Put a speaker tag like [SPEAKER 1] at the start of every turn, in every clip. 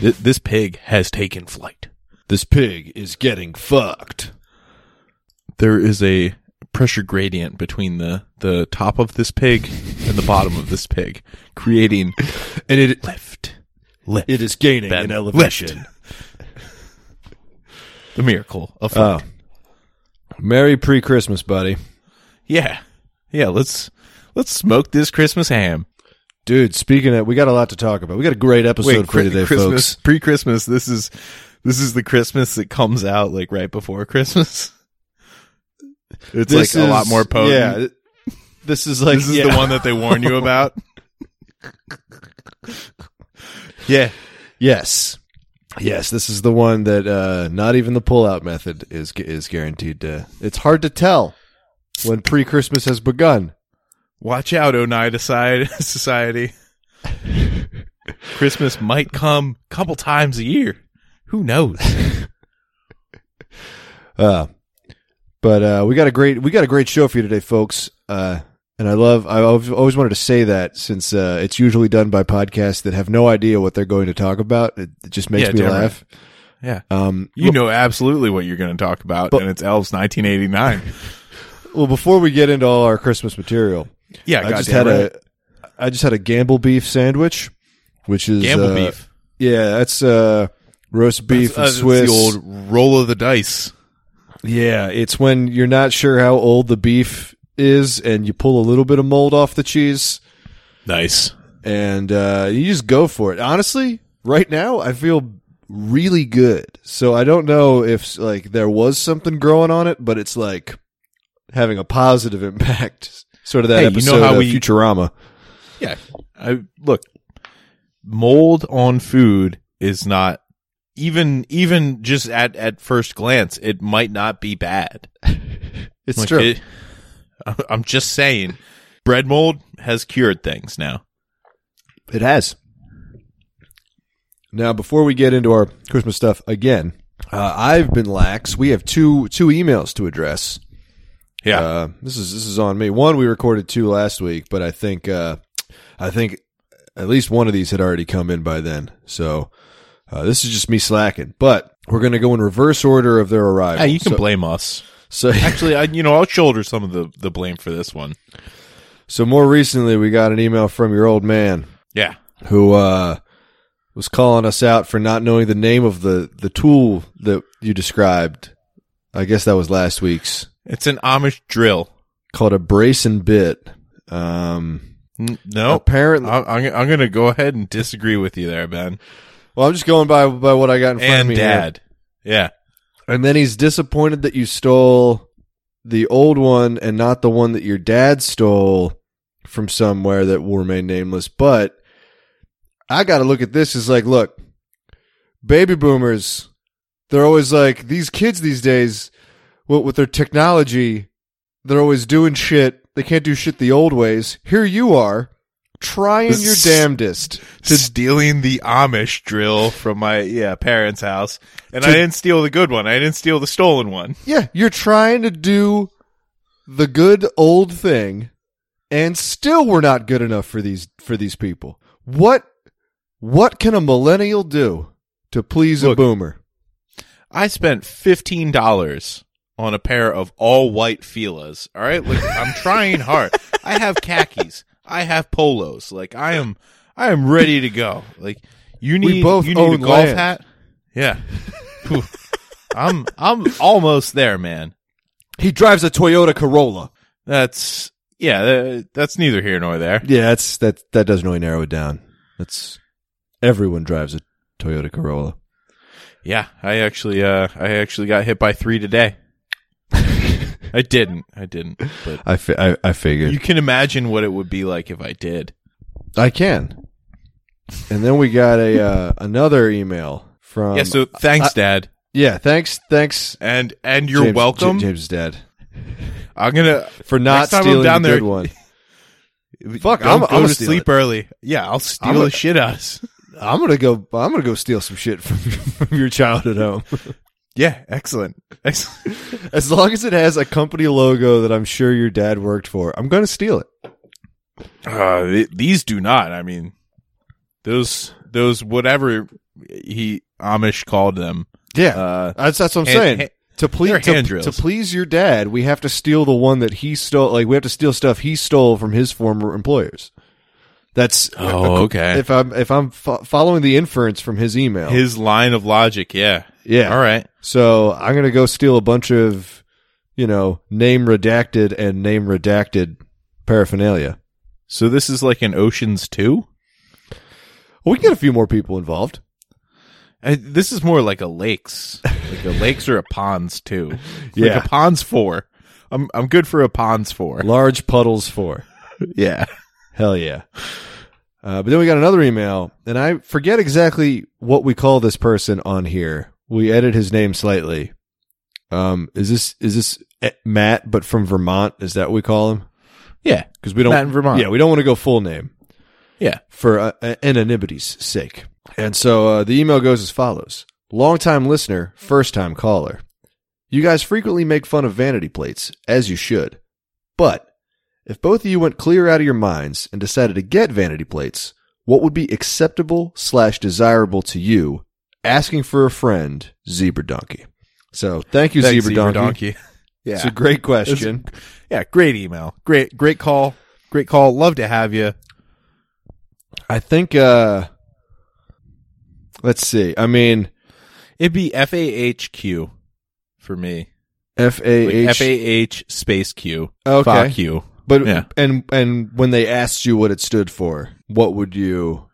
[SPEAKER 1] Th- this pig has taken flight.
[SPEAKER 2] This pig is getting fucked.
[SPEAKER 1] There is a pressure gradient between the, the top of this pig and the bottom of this pig, creating
[SPEAKER 2] And it
[SPEAKER 1] lift, lift.
[SPEAKER 2] it is gaining
[SPEAKER 1] Ben,
[SPEAKER 2] in elevation.
[SPEAKER 1] the miracle of
[SPEAKER 2] Oh.
[SPEAKER 1] flight.
[SPEAKER 2] Merry pre Christmas, buddy.
[SPEAKER 1] Yeah, yeah. Let's let's smoke this Christmas ham.
[SPEAKER 2] Dude, speaking of we got a lot to talk about. We got a great episode for
[SPEAKER 1] cri-
[SPEAKER 2] today,
[SPEAKER 1] Christmas
[SPEAKER 2] folks.
[SPEAKER 1] pre-Christmas. This is this is the Christmas that comes out like right before Christmas. It's
[SPEAKER 2] This
[SPEAKER 1] like a lot
[SPEAKER 2] is-
[SPEAKER 1] more potent.
[SPEAKER 2] Yeah. This is like
[SPEAKER 1] this is
[SPEAKER 2] yeah.
[SPEAKER 1] the one that they warn you about. yeah,
[SPEAKER 2] Yes. Yes, this is the one that uh, not even the pullout method is is guaranteed to. It's hard to tell when pre-Christmas has begun.
[SPEAKER 1] watch out, Oneida side society. Christmas might come a couple times a year. Who knows?
[SPEAKER 2] Uh, but uh, we got a great we got a great show for you today, folks. Uh, and I love I always always wanted to say that since uh, it's usually done by podcasts that have no idea what they're going to talk about. It, it just makes
[SPEAKER 1] Yeah,
[SPEAKER 2] me
[SPEAKER 1] damn
[SPEAKER 2] laugh.
[SPEAKER 1] Yeah.
[SPEAKER 2] Um,
[SPEAKER 1] You know absolutely what you're going to talk about,
[SPEAKER 2] But-
[SPEAKER 1] and it's Elves 1989.
[SPEAKER 2] well, before we get into all our Christmas material,
[SPEAKER 1] Yeah,
[SPEAKER 2] I just had a I just had a gamble beef sandwich, which is
[SPEAKER 1] gamble
[SPEAKER 2] uh,
[SPEAKER 1] beef,
[SPEAKER 2] Yeah, that's uh, roast beef and
[SPEAKER 1] That's- uh,
[SPEAKER 2] Swiss.
[SPEAKER 1] that's the old roll of the dice.
[SPEAKER 2] yeah, it's when you're not sure how old the beef is, and you pull a little bit of mold off the cheese,
[SPEAKER 1] Nice.
[SPEAKER 2] and uh, you just go for it. Honestly, right now I feel really good. So I don't know if like there was something growing on it, but it's like having a positive impact. Sort of that
[SPEAKER 1] Hey, you know
[SPEAKER 2] episode
[SPEAKER 1] how
[SPEAKER 2] of
[SPEAKER 1] we-
[SPEAKER 2] Futurama.
[SPEAKER 1] Yeah. I look. Mold on food is not even even just at at first glance it might not be bad.
[SPEAKER 2] It's
[SPEAKER 1] Like,
[SPEAKER 2] true.
[SPEAKER 1] it- I- I'm just saying, bread mold has cured things now.
[SPEAKER 2] It has. Now, before we get into our Christmas stuff again, uh, I've been lax. We have two two emails to address.
[SPEAKER 1] Yeah.
[SPEAKER 2] Uh, this is this is on me. One we recorded two last week, but I think uh, I think at least one of these had already come in by then. So uh, this is just me slacking. But we're gonna go in reverse order of their arrival.
[SPEAKER 1] Hey, you can
[SPEAKER 2] so,
[SPEAKER 1] blame us.
[SPEAKER 2] so
[SPEAKER 1] Actually, I you know I'll shoulder some of the the blame for this one.
[SPEAKER 2] so more recently we got an email from your old man
[SPEAKER 1] Yeah.
[SPEAKER 2] who uh, was calling us out for not knowing the name of the, the tool that you described. I guess that was last week's
[SPEAKER 1] It's an Amish drill.
[SPEAKER 2] called a brace and bit. Um,
[SPEAKER 1] N- No,
[SPEAKER 2] Apparently,
[SPEAKER 1] I- I'm, I'm going to go ahead and disagree with you there, Ben.
[SPEAKER 2] well, I'm just going by by what I got in front of
[SPEAKER 1] And
[SPEAKER 2] me.
[SPEAKER 1] Dad. Yeah.
[SPEAKER 2] here. and then he's disappointed that you stole the old one and not the one that your dad stole from somewhere that will remain nameless. But I got to look at this as like, look, baby boomers, they're always like these kids these days with, with their technology, they're always doing shit. They can't do shit the old ways. Here you are trying your damnedest.
[SPEAKER 1] To stealing the Amish drill from my yeah parents' house, and I
[SPEAKER 2] To-
[SPEAKER 1] didn't steal the good one. I didn't steal the stolen one.
[SPEAKER 2] Yeah, you're trying to do the good old thing, and still we're not good enough for these for these people. What what can a millennial do to please a
[SPEAKER 1] Look.
[SPEAKER 2] boomer?
[SPEAKER 1] I spent fifteen dollars on a pair of all white Fila's. All right, like I'm trying hard. I have khakis. I have polos. Like I am, I am ready to go. Like you need,
[SPEAKER 2] We both
[SPEAKER 1] you need a
[SPEAKER 2] own
[SPEAKER 1] golf
[SPEAKER 2] land.
[SPEAKER 1] hat. Yeah, Phew. I'm, I'm almost there, man.
[SPEAKER 2] He drives a Toyota Corolla.
[SPEAKER 1] That's yeah. tha- That's neither here nor there.
[SPEAKER 2] Yeah, that's that that doesn't really narrow it down. That's everyone drives a Toyota Corolla.
[SPEAKER 1] Yeah, I actually, uh, I actually got hit by three today. I didn't. I didn't. But
[SPEAKER 2] I fi- I, I figured
[SPEAKER 1] you can imagine what it would be like if I did.
[SPEAKER 2] I can. And then we got a uh, another email from
[SPEAKER 1] yeah. So thanks, Dad.
[SPEAKER 2] yeah thanks thanks
[SPEAKER 1] and and you're
[SPEAKER 2] James-
[SPEAKER 1] welcome.
[SPEAKER 2] J- James is dead.
[SPEAKER 1] I'm gonna
[SPEAKER 2] for not
[SPEAKER 1] Next time I'm
[SPEAKER 2] stealing
[SPEAKER 1] down
[SPEAKER 2] the
[SPEAKER 1] there-
[SPEAKER 2] good one.
[SPEAKER 1] fuck.
[SPEAKER 2] I'm-
[SPEAKER 1] go
[SPEAKER 2] I'ma
[SPEAKER 1] to
[SPEAKER 2] steal
[SPEAKER 1] sleep early. Yeah, I'll steal
[SPEAKER 2] I'ma-
[SPEAKER 1] the shit out. of us.
[SPEAKER 2] I'm gonna go. I'm gonna go steal some shit from, from your childhood home.
[SPEAKER 1] Yeah, excellent. Excellent.
[SPEAKER 2] As long as it has a company logo that I'm sure your dad worked for, I'm gonna steal it.
[SPEAKER 1] Uh, th- these do not. I mean, those those whatever he Amish called them.
[SPEAKER 2] Yeah,
[SPEAKER 1] Uh,
[SPEAKER 2] that's that's what I'm
[SPEAKER 1] hand-
[SPEAKER 2] saying.
[SPEAKER 1] hand-
[SPEAKER 2] to
[SPEAKER 1] they're
[SPEAKER 2] please
[SPEAKER 1] hand
[SPEAKER 2] to,
[SPEAKER 1] drills.
[SPEAKER 2] to please your dad, we have to steal the one that he stole. Like we have to steal stuff he stole from his former employers. That's
[SPEAKER 1] oh, okay.
[SPEAKER 2] if I'm if I'm fo- following the inference from his email.
[SPEAKER 1] His line of logic, yeah.
[SPEAKER 2] yeah.
[SPEAKER 1] All right.
[SPEAKER 2] So I'm gonna go steal a bunch of you know name redacted and name redacted paraphernalia.
[SPEAKER 1] So this is like an Ocean's Two.
[SPEAKER 2] We can get a few more people involved.
[SPEAKER 1] Uh, This is more like a lakes, like a lakes or a ponds too.
[SPEAKER 2] Yeah.
[SPEAKER 1] like a ponds four. I'm I'm good for a ponds four.
[SPEAKER 2] Large puddles for.
[SPEAKER 1] Yeah,
[SPEAKER 2] Hell yeah. Uh, but then we got another email, and I forget exactly what we call this person on here. We edit his name slightly. Um, is this is this eh, Matt, but from Vermont? Is that what we call him?
[SPEAKER 1] yeah,
[SPEAKER 2] Because we don't
[SPEAKER 1] Matt in Vermont.
[SPEAKER 2] Yeah, we don't want to go full name.
[SPEAKER 1] Yeah.
[SPEAKER 2] for uh, uh, anonymity's sake. And so uh, the email goes as follows: Longtime listener, first time caller. You guys frequently make fun of vanity plates, as you should. But if both of you went clear out of your minds and decided to get vanity plates, what would be acceptable slash desirable to you? Asking for a friend, zebra donkey. So thank you,
[SPEAKER 1] Thanks,
[SPEAKER 2] zebra, donkey.
[SPEAKER 1] Yeah,
[SPEAKER 2] It's a great question.
[SPEAKER 1] yeah, great email, great great call, great call. Love to have you.
[SPEAKER 2] I think. uh Let's see. I mean,
[SPEAKER 1] It'd be F A H Q for me.
[SPEAKER 2] F A
[SPEAKER 1] F A H
[SPEAKER 2] H.
[SPEAKER 1] space Q.
[SPEAKER 2] Okay.
[SPEAKER 1] Fuck you.
[SPEAKER 2] But
[SPEAKER 1] Yeah.
[SPEAKER 2] and and when they asked you what it stood for, what would you?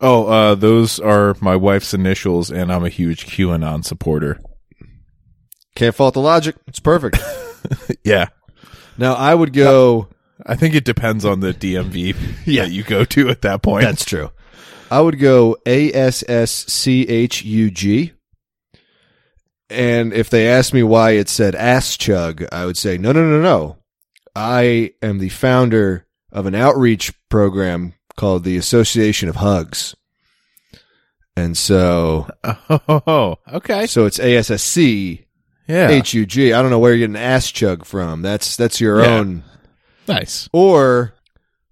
[SPEAKER 1] Oh, uh, those are my wife's initials, and I'm a huge QAnon supporter.
[SPEAKER 2] Can't fault the logic. It's perfect.
[SPEAKER 1] Yeah,
[SPEAKER 2] now I would go.
[SPEAKER 1] I think it depends on the DMV
[SPEAKER 2] Yeah.
[SPEAKER 1] that you go to at that point.
[SPEAKER 2] That's true. I would go A S S C H U G. And if they asked me why it said ass chug, I would say, no, no, no, no. I am the founder of an outreach program called the Association of Hugs. And so,
[SPEAKER 1] oh, okay.
[SPEAKER 2] so it's ASSC
[SPEAKER 1] Yeah,
[SPEAKER 2] H U G. I don't know where you're getting ass chug from. That's, that's your
[SPEAKER 1] Yeah.
[SPEAKER 2] own.
[SPEAKER 1] nice.
[SPEAKER 2] Or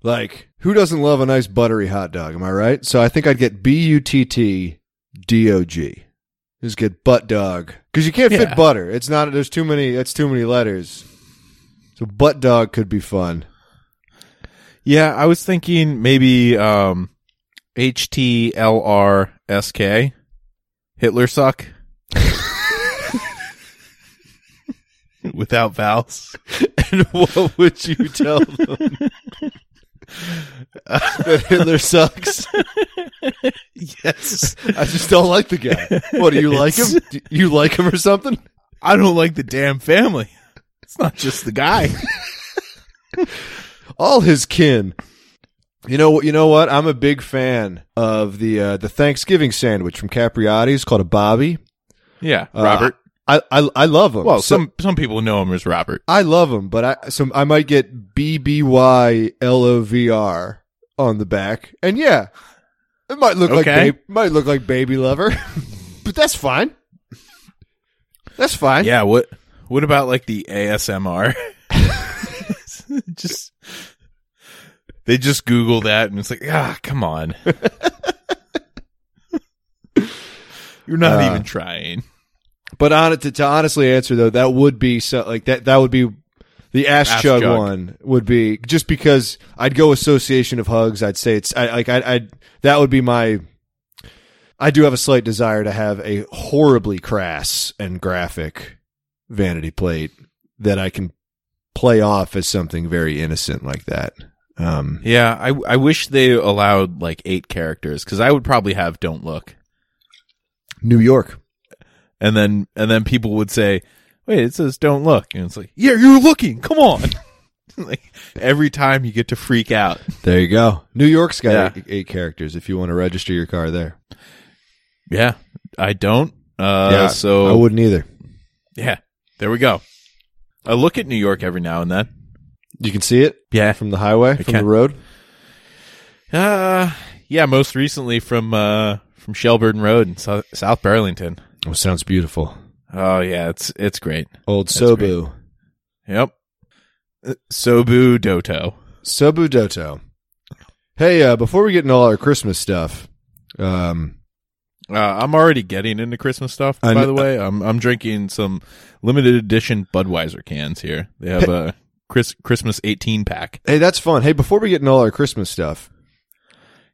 [SPEAKER 2] like who doesn't love a nice buttery hot dog? Am I right? So I think I'd get B U T T D O G. Just get butt dog because you can't
[SPEAKER 1] Yeah.
[SPEAKER 2] fit butter. It's not. There's too many. That's too many letters. So butt dog could be fun.
[SPEAKER 1] Yeah, I was thinking maybe um, H T L R S K, Hitler suck, without vowels.
[SPEAKER 2] And what would you tell them? that Hitler sucks.
[SPEAKER 1] Yes,
[SPEAKER 2] I just don't like the guy. What do you like him? Do you like him or something?
[SPEAKER 1] I don't like the damn family. It's not just the guy.
[SPEAKER 2] all his kin. You know what? You know what? I'm a big fan of the uh, the Thanksgiving sandwich from Capriati's called a Bobby.
[SPEAKER 1] Yeah,
[SPEAKER 2] Uh,
[SPEAKER 1] Robert.
[SPEAKER 2] I I, I love them.
[SPEAKER 1] Well, some some people know him as Robert.
[SPEAKER 2] I love them, but I some I might get B B Y L O V R on the back, and yeah, it might look
[SPEAKER 1] Okay.
[SPEAKER 2] like ba- might look like baby lover, but that's fine. That's fine.
[SPEAKER 1] Yeah. What What about like the ASMR? just they just Google that and it's like, ah, come on. You're not
[SPEAKER 2] Uh,
[SPEAKER 1] even trying.
[SPEAKER 2] But on to, to honestly answer though, that would be so like that. That would be the ass,
[SPEAKER 1] Ass
[SPEAKER 2] chug,
[SPEAKER 1] chug.
[SPEAKER 2] one would be just because I'd go association of hugs. I'd say it's I like I I that would be my. I do have a slight desire to have a horribly crass and graphic vanity plate that I can play off as something very innocent like that. Um,
[SPEAKER 1] Yeah, I I wish they allowed like eight characters because I would probably have "Don't Look,"
[SPEAKER 2] New York.
[SPEAKER 1] and then and then people would say, "Wait, it says don't look," and it's like, "Yeah, you're looking. Come on." like every time you get to freak out.
[SPEAKER 2] There you go. New York's got
[SPEAKER 1] Yeah.
[SPEAKER 2] eight, eight characters. If you want to register your car there,
[SPEAKER 1] Yeah, I don't. Uh, so
[SPEAKER 2] I wouldn't either.
[SPEAKER 1] yeah, there we go. I look at New York every now and then.
[SPEAKER 2] You can see it.
[SPEAKER 1] Yeah,
[SPEAKER 2] from the highway, from
[SPEAKER 1] can.
[SPEAKER 2] the road.
[SPEAKER 1] uh, yeah. Most recently from uh, from Shelburne Road in South, South Burlington.
[SPEAKER 2] Oh, sounds beautiful.
[SPEAKER 1] Oh yeah, it's it's great.
[SPEAKER 2] Old
[SPEAKER 1] That's
[SPEAKER 2] Sobu,
[SPEAKER 1] Yep. Uh, Sobu Doto.
[SPEAKER 2] Sobu Doto. Hey, uh, before we get into all our Christmas stuff, um,
[SPEAKER 1] Uh, I'm already getting into Christmas stuff.
[SPEAKER 2] I
[SPEAKER 1] by
[SPEAKER 2] kn-
[SPEAKER 1] the way, I'm I'm drinking some limited edition Budweiser cans here. They have a Chris Christmas 18 pack.
[SPEAKER 2] Hey, that's fun. Hey, before we get into all our Christmas stuff,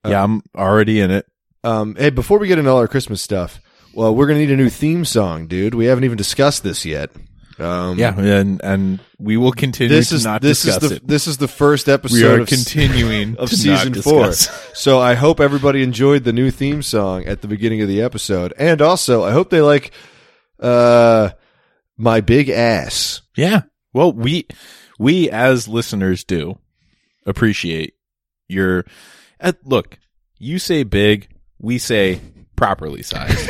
[SPEAKER 2] Uh,
[SPEAKER 1] yeah, I'm already in it.
[SPEAKER 2] um, hey, before we get into all our Christmas stuff, well, we're gonna need a new theme song, dude. We haven't even discussed this yet. Um,
[SPEAKER 1] Yeah, and and we will continue
[SPEAKER 2] this
[SPEAKER 1] to
[SPEAKER 2] is
[SPEAKER 1] not
[SPEAKER 2] this is
[SPEAKER 1] discuss
[SPEAKER 2] the
[SPEAKER 1] it.
[SPEAKER 2] this is the first episode
[SPEAKER 1] We are
[SPEAKER 2] of s-
[SPEAKER 1] continuing
[SPEAKER 2] of
[SPEAKER 1] to not
[SPEAKER 2] season four.
[SPEAKER 1] discuss.
[SPEAKER 2] So I hope everybody enjoyed the new theme song at the beginning of the episode, and also I hope they like uh, my big ass.
[SPEAKER 1] Yeah. Well, we we as listeners do appreciate your uh, look. You say big, we say properly sized.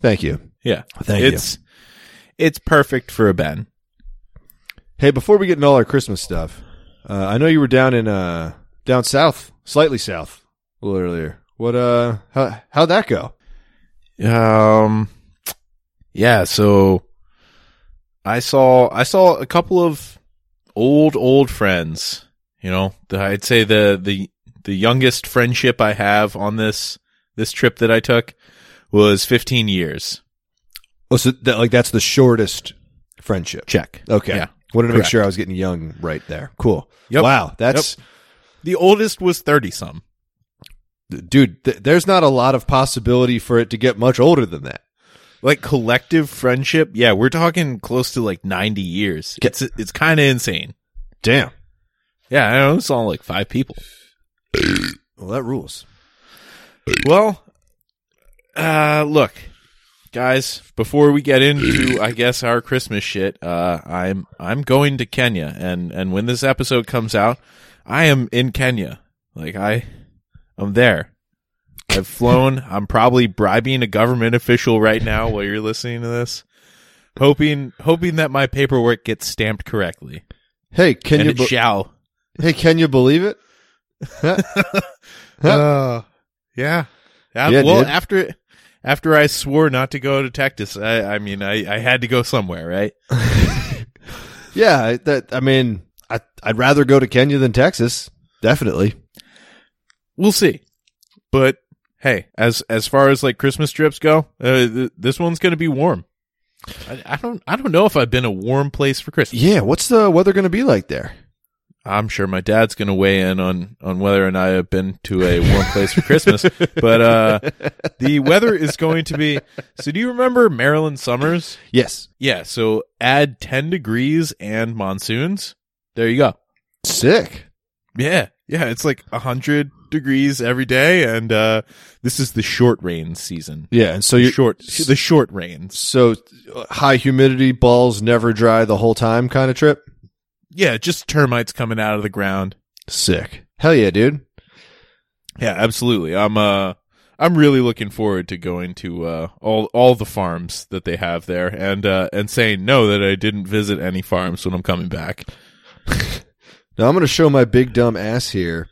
[SPEAKER 2] Thank you.
[SPEAKER 1] Yeah.
[SPEAKER 2] Thank
[SPEAKER 1] it's it's perfect for a Ben.
[SPEAKER 2] Hey, before we get into all our Christmas stuff, uh, I know you were down in uh, down south, slightly south, a little earlier. What uh, how, how'd that go?
[SPEAKER 1] Um yeah, so I saw I saw a couple of old old friends, you know. The- I'd say the the the youngest friendship I have on this this trip that I took was 15 years.
[SPEAKER 2] Oh, so that, like that's the shortest friendship.
[SPEAKER 1] Check.
[SPEAKER 2] Okay,
[SPEAKER 1] Yeah.
[SPEAKER 2] wanted to make
[SPEAKER 1] Correct.
[SPEAKER 2] sure I was getting young right there. Cool.
[SPEAKER 1] Yep.
[SPEAKER 2] Wow, that's
[SPEAKER 1] The oldest was 30 some.
[SPEAKER 2] dude. Th- there's not a lot of possibility for it to get much older than that.
[SPEAKER 1] Like collective friendship, yeah, we're talking close to like 90 years.
[SPEAKER 2] Get-
[SPEAKER 1] It's it's kind of insane.
[SPEAKER 2] Damn.
[SPEAKER 1] Yeah, I know it's all like five people.
[SPEAKER 2] Well, that rules.
[SPEAKER 1] Well, uh, look, guys. Before we get into, I guess, our Christmas shit, uh, I'm I'm going to Kenya, and and when this episode comes out, I am in Kenya. Like I, I'm there. I've flown. I'm probably bribing a government official right now while you're listening to this, hoping hoping that my paperwork gets stamped correctly,
[SPEAKER 2] Hey, can
[SPEAKER 1] and
[SPEAKER 2] you
[SPEAKER 1] it
[SPEAKER 2] be-
[SPEAKER 1] shall.
[SPEAKER 2] hey can you believe it? Huh?
[SPEAKER 1] Uh, yeah. Yeah,
[SPEAKER 2] Yeah,
[SPEAKER 1] well,
[SPEAKER 2] dude.
[SPEAKER 1] after after I swore not to go to Texas, I, I mean, I, I had to go somewhere, right?
[SPEAKER 2] yeah, I- that I mean, I, I'd rather go to Kenya than Texas. Definitely.
[SPEAKER 1] We'll see. But hey, as as far as like Christmas trips go, uh, th- this one's going to be warm. I, I don't I don't know if I've been a warm place for Christmas.
[SPEAKER 2] Yeah, what's the weather going to be like there?
[SPEAKER 1] I'm sure my dad's going to weigh in on on whether and I have been to a warm place for Christmas, but uh the weather is going to be So do you remember Maryland summers?
[SPEAKER 2] Yes.
[SPEAKER 1] Yeah, so add 10 degrees and monsoons. There you go.
[SPEAKER 2] Sick.
[SPEAKER 1] Yeah. Yeah, it's like 100 degrees every day and uh this is the short rain season.
[SPEAKER 2] Yeah, and so you
[SPEAKER 1] short the short rains.
[SPEAKER 2] so uh, high humidity, balls never dry the whole time kind of trip.
[SPEAKER 1] Yeah, just termites coming out of the ground.
[SPEAKER 2] Sick. Hell yeah, dude.
[SPEAKER 1] Yeah, absolutely. I'm uh I'm really looking forward to going to uh all all the farms that they have there and uh and saying no that I didn't visit any farms when I'm coming back.
[SPEAKER 2] Now I'm going to show my big dumb ass here.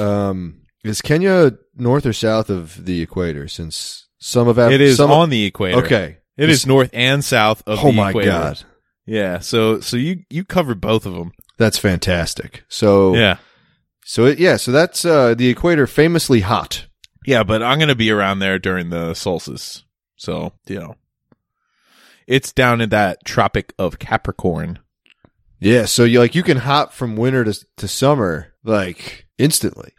[SPEAKER 2] Um is Kenya north or south of the equator since some of Af-
[SPEAKER 1] It is
[SPEAKER 2] some
[SPEAKER 1] on the equator.
[SPEAKER 2] Okay.
[SPEAKER 1] It is north and south of
[SPEAKER 2] Oh
[SPEAKER 1] the
[SPEAKER 2] my
[SPEAKER 1] equator.
[SPEAKER 2] god.
[SPEAKER 1] Yeah, so so you you covered both of them.
[SPEAKER 2] That's fantastic. So
[SPEAKER 1] Yeah,
[SPEAKER 2] so it, yeah, so that's uh, the equator famously hot.
[SPEAKER 1] yeah, but I'm gonna be around there during the solstice, so you know, it's down in that Tropic of Capricorn.
[SPEAKER 2] Yeah, so you like you can hop from winter to to summer like instantly.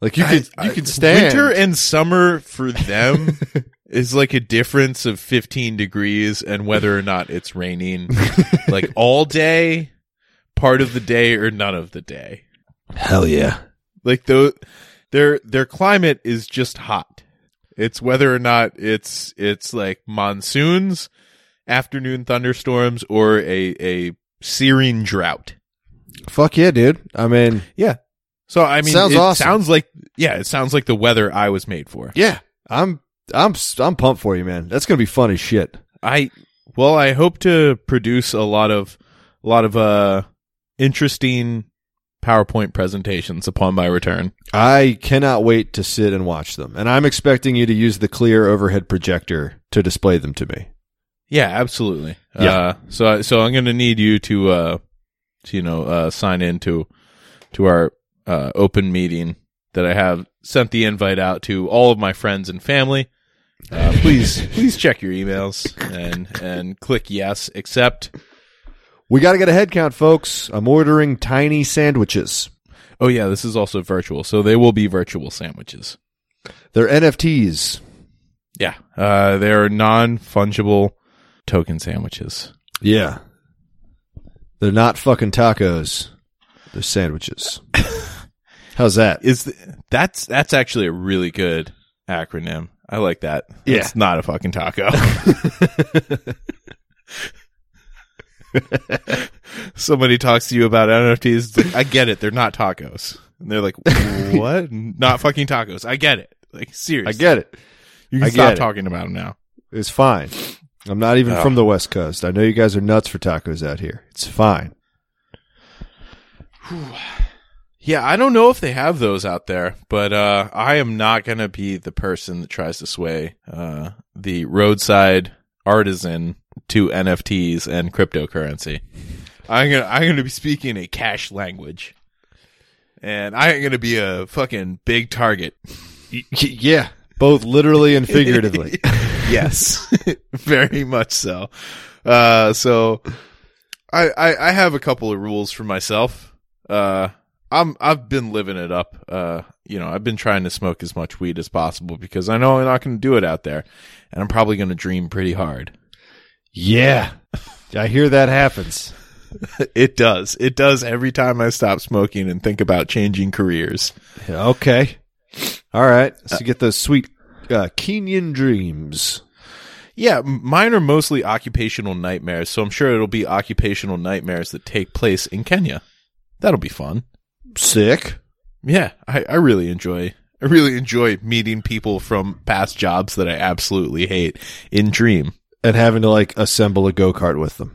[SPEAKER 2] Like you can
[SPEAKER 1] I-
[SPEAKER 2] you
[SPEAKER 1] I-
[SPEAKER 2] can stand
[SPEAKER 1] winter and summer for them is like a difference of 15 degrees and whether or not it's raining, like all day, part of the day, or none of the day.
[SPEAKER 2] Hell yeah.
[SPEAKER 1] Like the their their climate is just hot. It's whether or not it's it's like monsoons, afternoon thunderstorms, or a a searing drought.
[SPEAKER 2] Fuck yeah, dude. I mean,
[SPEAKER 1] So I mean,
[SPEAKER 2] Sounds
[SPEAKER 1] it
[SPEAKER 2] awesome.
[SPEAKER 1] sounds like yeah, it sounds like the weather I was made for.
[SPEAKER 2] yeah. I'm I'm I'm pumped for you, man. That's going to be fun as shit.
[SPEAKER 1] I well, I hope to produce a lot of a lot of uh interesting PowerPoint presentations upon my return.
[SPEAKER 2] I cannot wait to sit and watch them. And I'm expecting you to use the clear overhead projector to display them to me.
[SPEAKER 1] Yeah, absolutely.
[SPEAKER 2] Yeah.
[SPEAKER 1] Uh, so so I'm going to need you to uh to, you know uh sign in to to our uh open meeting that I have sent the invite out to all of my friends and family. Uh, please, please check your emails and and click yes, accept.
[SPEAKER 2] We got to get a head count, folks. I'm ordering tiny sandwiches.
[SPEAKER 1] Oh yeah, this is also virtual, so they will be virtual sandwiches.
[SPEAKER 2] They're NFTs.
[SPEAKER 1] Yeah, uh, they are non fungible token sandwiches.
[SPEAKER 2] Yeah. They're not fucking tacos. They're sandwiches. How's that?
[SPEAKER 1] Is th- that's that's actually a really good acronym. I like that.
[SPEAKER 2] Yeah.
[SPEAKER 1] It's not a fucking taco. Somebody talks to you about NFTs. it's like, I get it. They're not tacos. And they're like, what? not fucking tacos. I get it. Like, seriously.
[SPEAKER 2] I get it.
[SPEAKER 1] You can
[SPEAKER 2] I
[SPEAKER 1] stop
[SPEAKER 2] get it.
[SPEAKER 1] talking about them now.
[SPEAKER 2] It's fine. I'm not even
[SPEAKER 1] Oh.
[SPEAKER 2] from the West Coast. I know you guys are nuts for tacos out here. It's fine.
[SPEAKER 1] Yeah, I don't know if they have those out there, but uh, I am not going to be the person that tries to sway uh, the roadside artisan to NFTs and cryptocurrency. I'm gonna I'm gonna be speaking a cash language, and I ain't gonna be a fucking big target.
[SPEAKER 2] yeah. Both literally and figuratively.
[SPEAKER 1] yes, very much so. Uh, so I, I I have a couple of rules for myself. Uh, I'm I've been living it up. Uh, you know, I've been trying to smoke as much weed as possible because I know I'm not going to do it out there, and I'm probably going to dream pretty hard.
[SPEAKER 2] yeah. I hear that happens.
[SPEAKER 1] it does. It does every time I stop smoking and think about changing careers.
[SPEAKER 2] Yeah, okay. All right. So you get those sweet uh, Kenyan dreams.
[SPEAKER 1] Yeah, m- mine are mostly occupational nightmares, so I'm sure it'll be occupational nightmares that take place in Kenya. That'll be fun.
[SPEAKER 2] Sick.
[SPEAKER 1] Yeah, I, I really enjoy I really enjoy meeting people from past jobs that I absolutely hate in Dream.
[SPEAKER 2] And having to like assemble a go kart with them.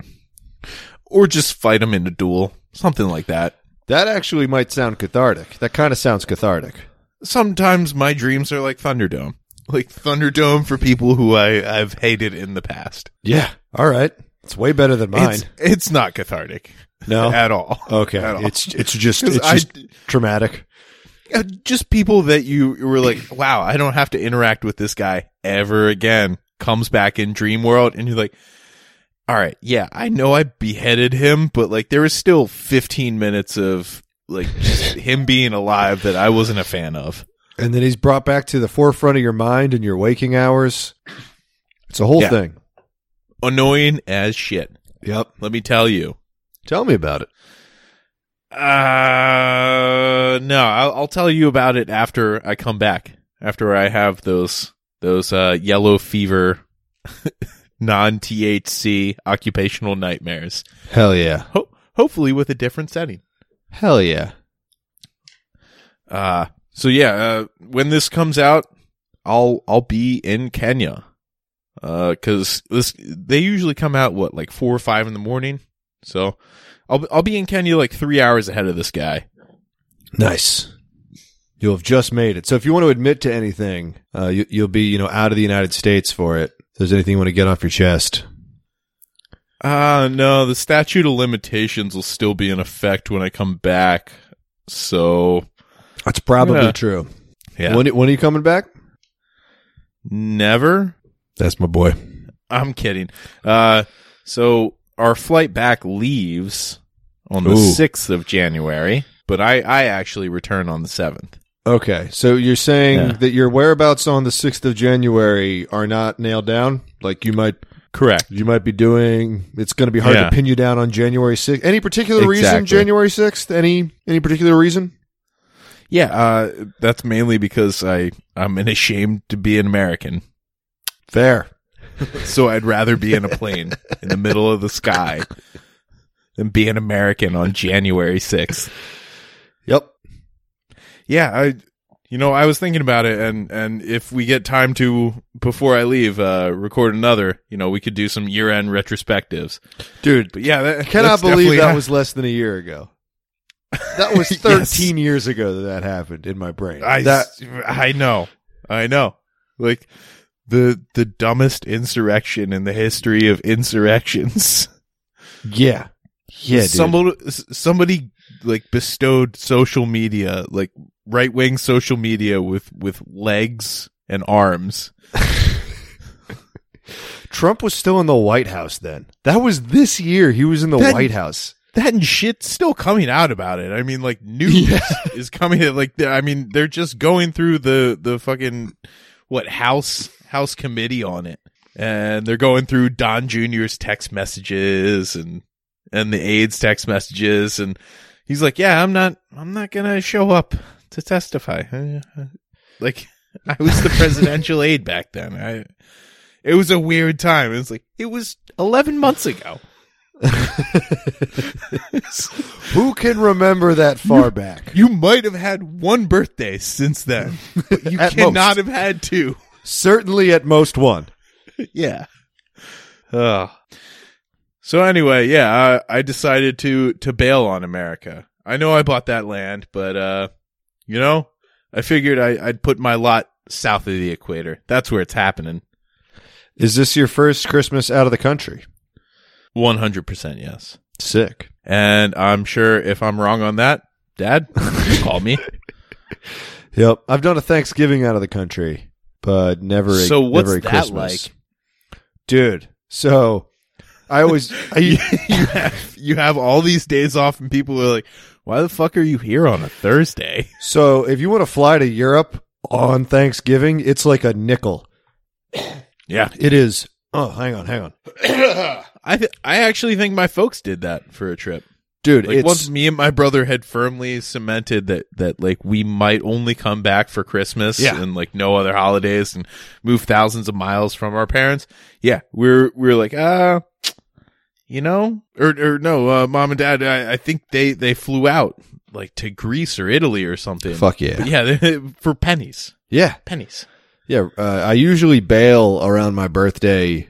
[SPEAKER 1] Or just fight them in a duel. Something like that.
[SPEAKER 2] That actually might sound cathartic. That kind of sounds cathartic.
[SPEAKER 1] Sometimes my dreams are like Thunderdome. Like Thunderdome for people who I, I've hated in the past.
[SPEAKER 2] Yeah. All right. It's way better than mine. Oh.
[SPEAKER 1] It's it's not cathartic.
[SPEAKER 2] No?
[SPEAKER 1] At all.
[SPEAKER 2] okay.
[SPEAKER 1] at all.
[SPEAKER 2] It's it's just
[SPEAKER 1] 'Cause
[SPEAKER 2] it's
[SPEAKER 1] I-
[SPEAKER 2] just traumatic.
[SPEAKER 1] Uh, Just people that you you were like, wow, I don't have to interact with this guy ever again. Comes back in Dream World, and you're like, all right, yeah, I know I beheaded him, but like there was still 15 minutes of like just him being alive that I wasn't a fan of.
[SPEAKER 2] And then he's brought back to the forefront of your mind in your waking hours. It's a whole
[SPEAKER 1] Yeah.
[SPEAKER 2] thing.
[SPEAKER 1] Annoying as shit.
[SPEAKER 2] Yep.
[SPEAKER 1] Let me tell you.
[SPEAKER 2] Tell me about it.
[SPEAKER 1] Uh, no, I'll, I'll tell you about it after I come back. After I have those those uh yellow fever, non THC occupational nightmares.
[SPEAKER 2] Hell yeah.
[SPEAKER 1] Ho- hopefully with a different setting.
[SPEAKER 2] Hell yeah.
[SPEAKER 1] Uh so yeah, uh, when this comes out, I'll I'll be in Kenya. Uh, cause this they usually come out what like four or five in the morning. So I'll I'll be in Kenya like three hours ahead of this guy.
[SPEAKER 2] Nice. You'll have just made it. So if you want to admit to anything, uh, you, you'll be you know out of the United States for it. If there's anything you want to get off your chest,
[SPEAKER 1] Ah, no, the statute of limitations will still be in effect when I come back. So
[SPEAKER 2] that's probably
[SPEAKER 1] Yeah.
[SPEAKER 2] true.
[SPEAKER 1] yeah,
[SPEAKER 2] When when are you coming back?
[SPEAKER 1] never.
[SPEAKER 2] That's my boy.
[SPEAKER 1] I'm kidding. Uh, so our flight back leaves on the
[SPEAKER 2] Ooh.
[SPEAKER 1] sixth of January, but I I actually return on the seventh.
[SPEAKER 2] Okay, so you're saying
[SPEAKER 1] Yeah.
[SPEAKER 2] that your whereabouts on the sixth of January are not nailed down. Like you might
[SPEAKER 1] Correct.
[SPEAKER 2] you might be doing. It's going to be hard
[SPEAKER 1] Yeah.
[SPEAKER 2] to pin you down on January sixth. Any particular reason?
[SPEAKER 1] Exactly.
[SPEAKER 2] January sixth? Any any particular reason?
[SPEAKER 1] Yeah. Uh, that's mainly because I I'm ashamed to be an American,
[SPEAKER 2] Fair.
[SPEAKER 1] so I'd rather be in a plane in the middle of the sky than be an American on January sixth.
[SPEAKER 2] Yep.
[SPEAKER 1] Yeah, I you know, I was thinking about it and and if we get time to before I leave uh record another, you know, we could do some year-end retrospectives.
[SPEAKER 2] Dude,
[SPEAKER 1] But yeah, that
[SPEAKER 2] Cannot
[SPEAKER 1] that's
[SPEAKER 2] believe
[SPEAKER 1] definitely-
[SPEAKER 2] that was less than a year ago. That was
[SPEAKER 1] Yes.
[SPEAKER 2] 13 years ago that that happened in my brain.
[SPEAKER 1] I
[SPEAKER 2] that
[SPEAKER 1] I know. I know. Like the the dumbest insurrection in the history of insurrections.
[SPEAKER 2] yeah. Yeah, dude.
[SPEAKER 1] somebody s- somebody like bestowed social media like right wing social media with with legs and arms.
[SPEAKER 2] Trump was still in the White House then. That was this year. He was in the
[SPEAKER 1] That-
[SPEAKER 2] White House.
[SPEAKER 1] That and shit's still coming out about it. I mean, like news is coming. Like they're- I mean, they're just going through the the fucking what house house committee on it, and they're going through Don Jr.'s text messages and and the aides' text messages, and he's like, "Yeah, I'm not I'm not gonna show up to testify." Like I was the presidential aide back then. I it was a weird time. It was like it was eleven months ago.
[SPEAKER 2] Who can remember that far back?
[SPEAKER 1] You might have had one birthday since then, but you
[SPEAKER 2] At
[SPEAKER 1] cannot
[SPEAKER 2] most.
[SPEAKER 1] have had two.
[SPEAKER 2] Certainly at most one.
[SPEAKER 1] yeah. Ugh. So anyway, yeah, I, I decided to to bail on America. I know I bought that land, but uh, you know, I figured I, I'd put my lot south of the equator. That's where it's happening.
[SPEAKER 2] Is this your first Christmas out of the country?
[SPEAKER 1] One hundred percent, yes.
[SPEAKER 2] Sick.
[SPEAKER 1] And I'm sure if I'm wrong on that, Dad, call me.
[SPEAKER 2] Yep. I've done a Thanksgiving out of the country, but never a,
[SPEAKER 1] So what's
[SPEAKER 2] never a
[SPEAKER 1] that
[SPEAKER 2] Christmas.
[SPEAKER 1] like?
[SPEAKER 2] Dude. So I always
[SPEAKER 1] you,
[SPEAKER 2] I,
[SPEAKER 1] you have you have all these days off, and people are like, "Why the fuck are you here on a Thursday?"
[SPEAKER 2] so if you want to fly to Europe on Thanksgiving, it's like a nickel.
[SPEAKER 1] Yeah,
[SPEAKER 2] It is Oh, hang on, hang on.
[SPEAKER 1] I th- I actually think my folks did that for a trip.
[SPEAKER 2] Dude,
[SPEAKER 1] Like
[SPEAKER 2] it's
[SPEAKER 1] once me and my brother had firmly cemented that that like we might only come back for Christmas
[SPEAKER 2] Yeah.
[SPEAKER 1] and like no other holidays and move thousands of miles from our parents. Yeah, we're we're like uh you know or or no, uh, mom and dad. I, I think they they flew out like to Greece or Italy or something.
[SPEAKER 2] fuck yeah.
[SPEAKER 1] But yeah, they- for pennies,
[SPEAKER 2] Yeah.
[SPEAKER 1] pennies.
[SPEAKER 2] Yeah, uh, I usually bail around my birthday,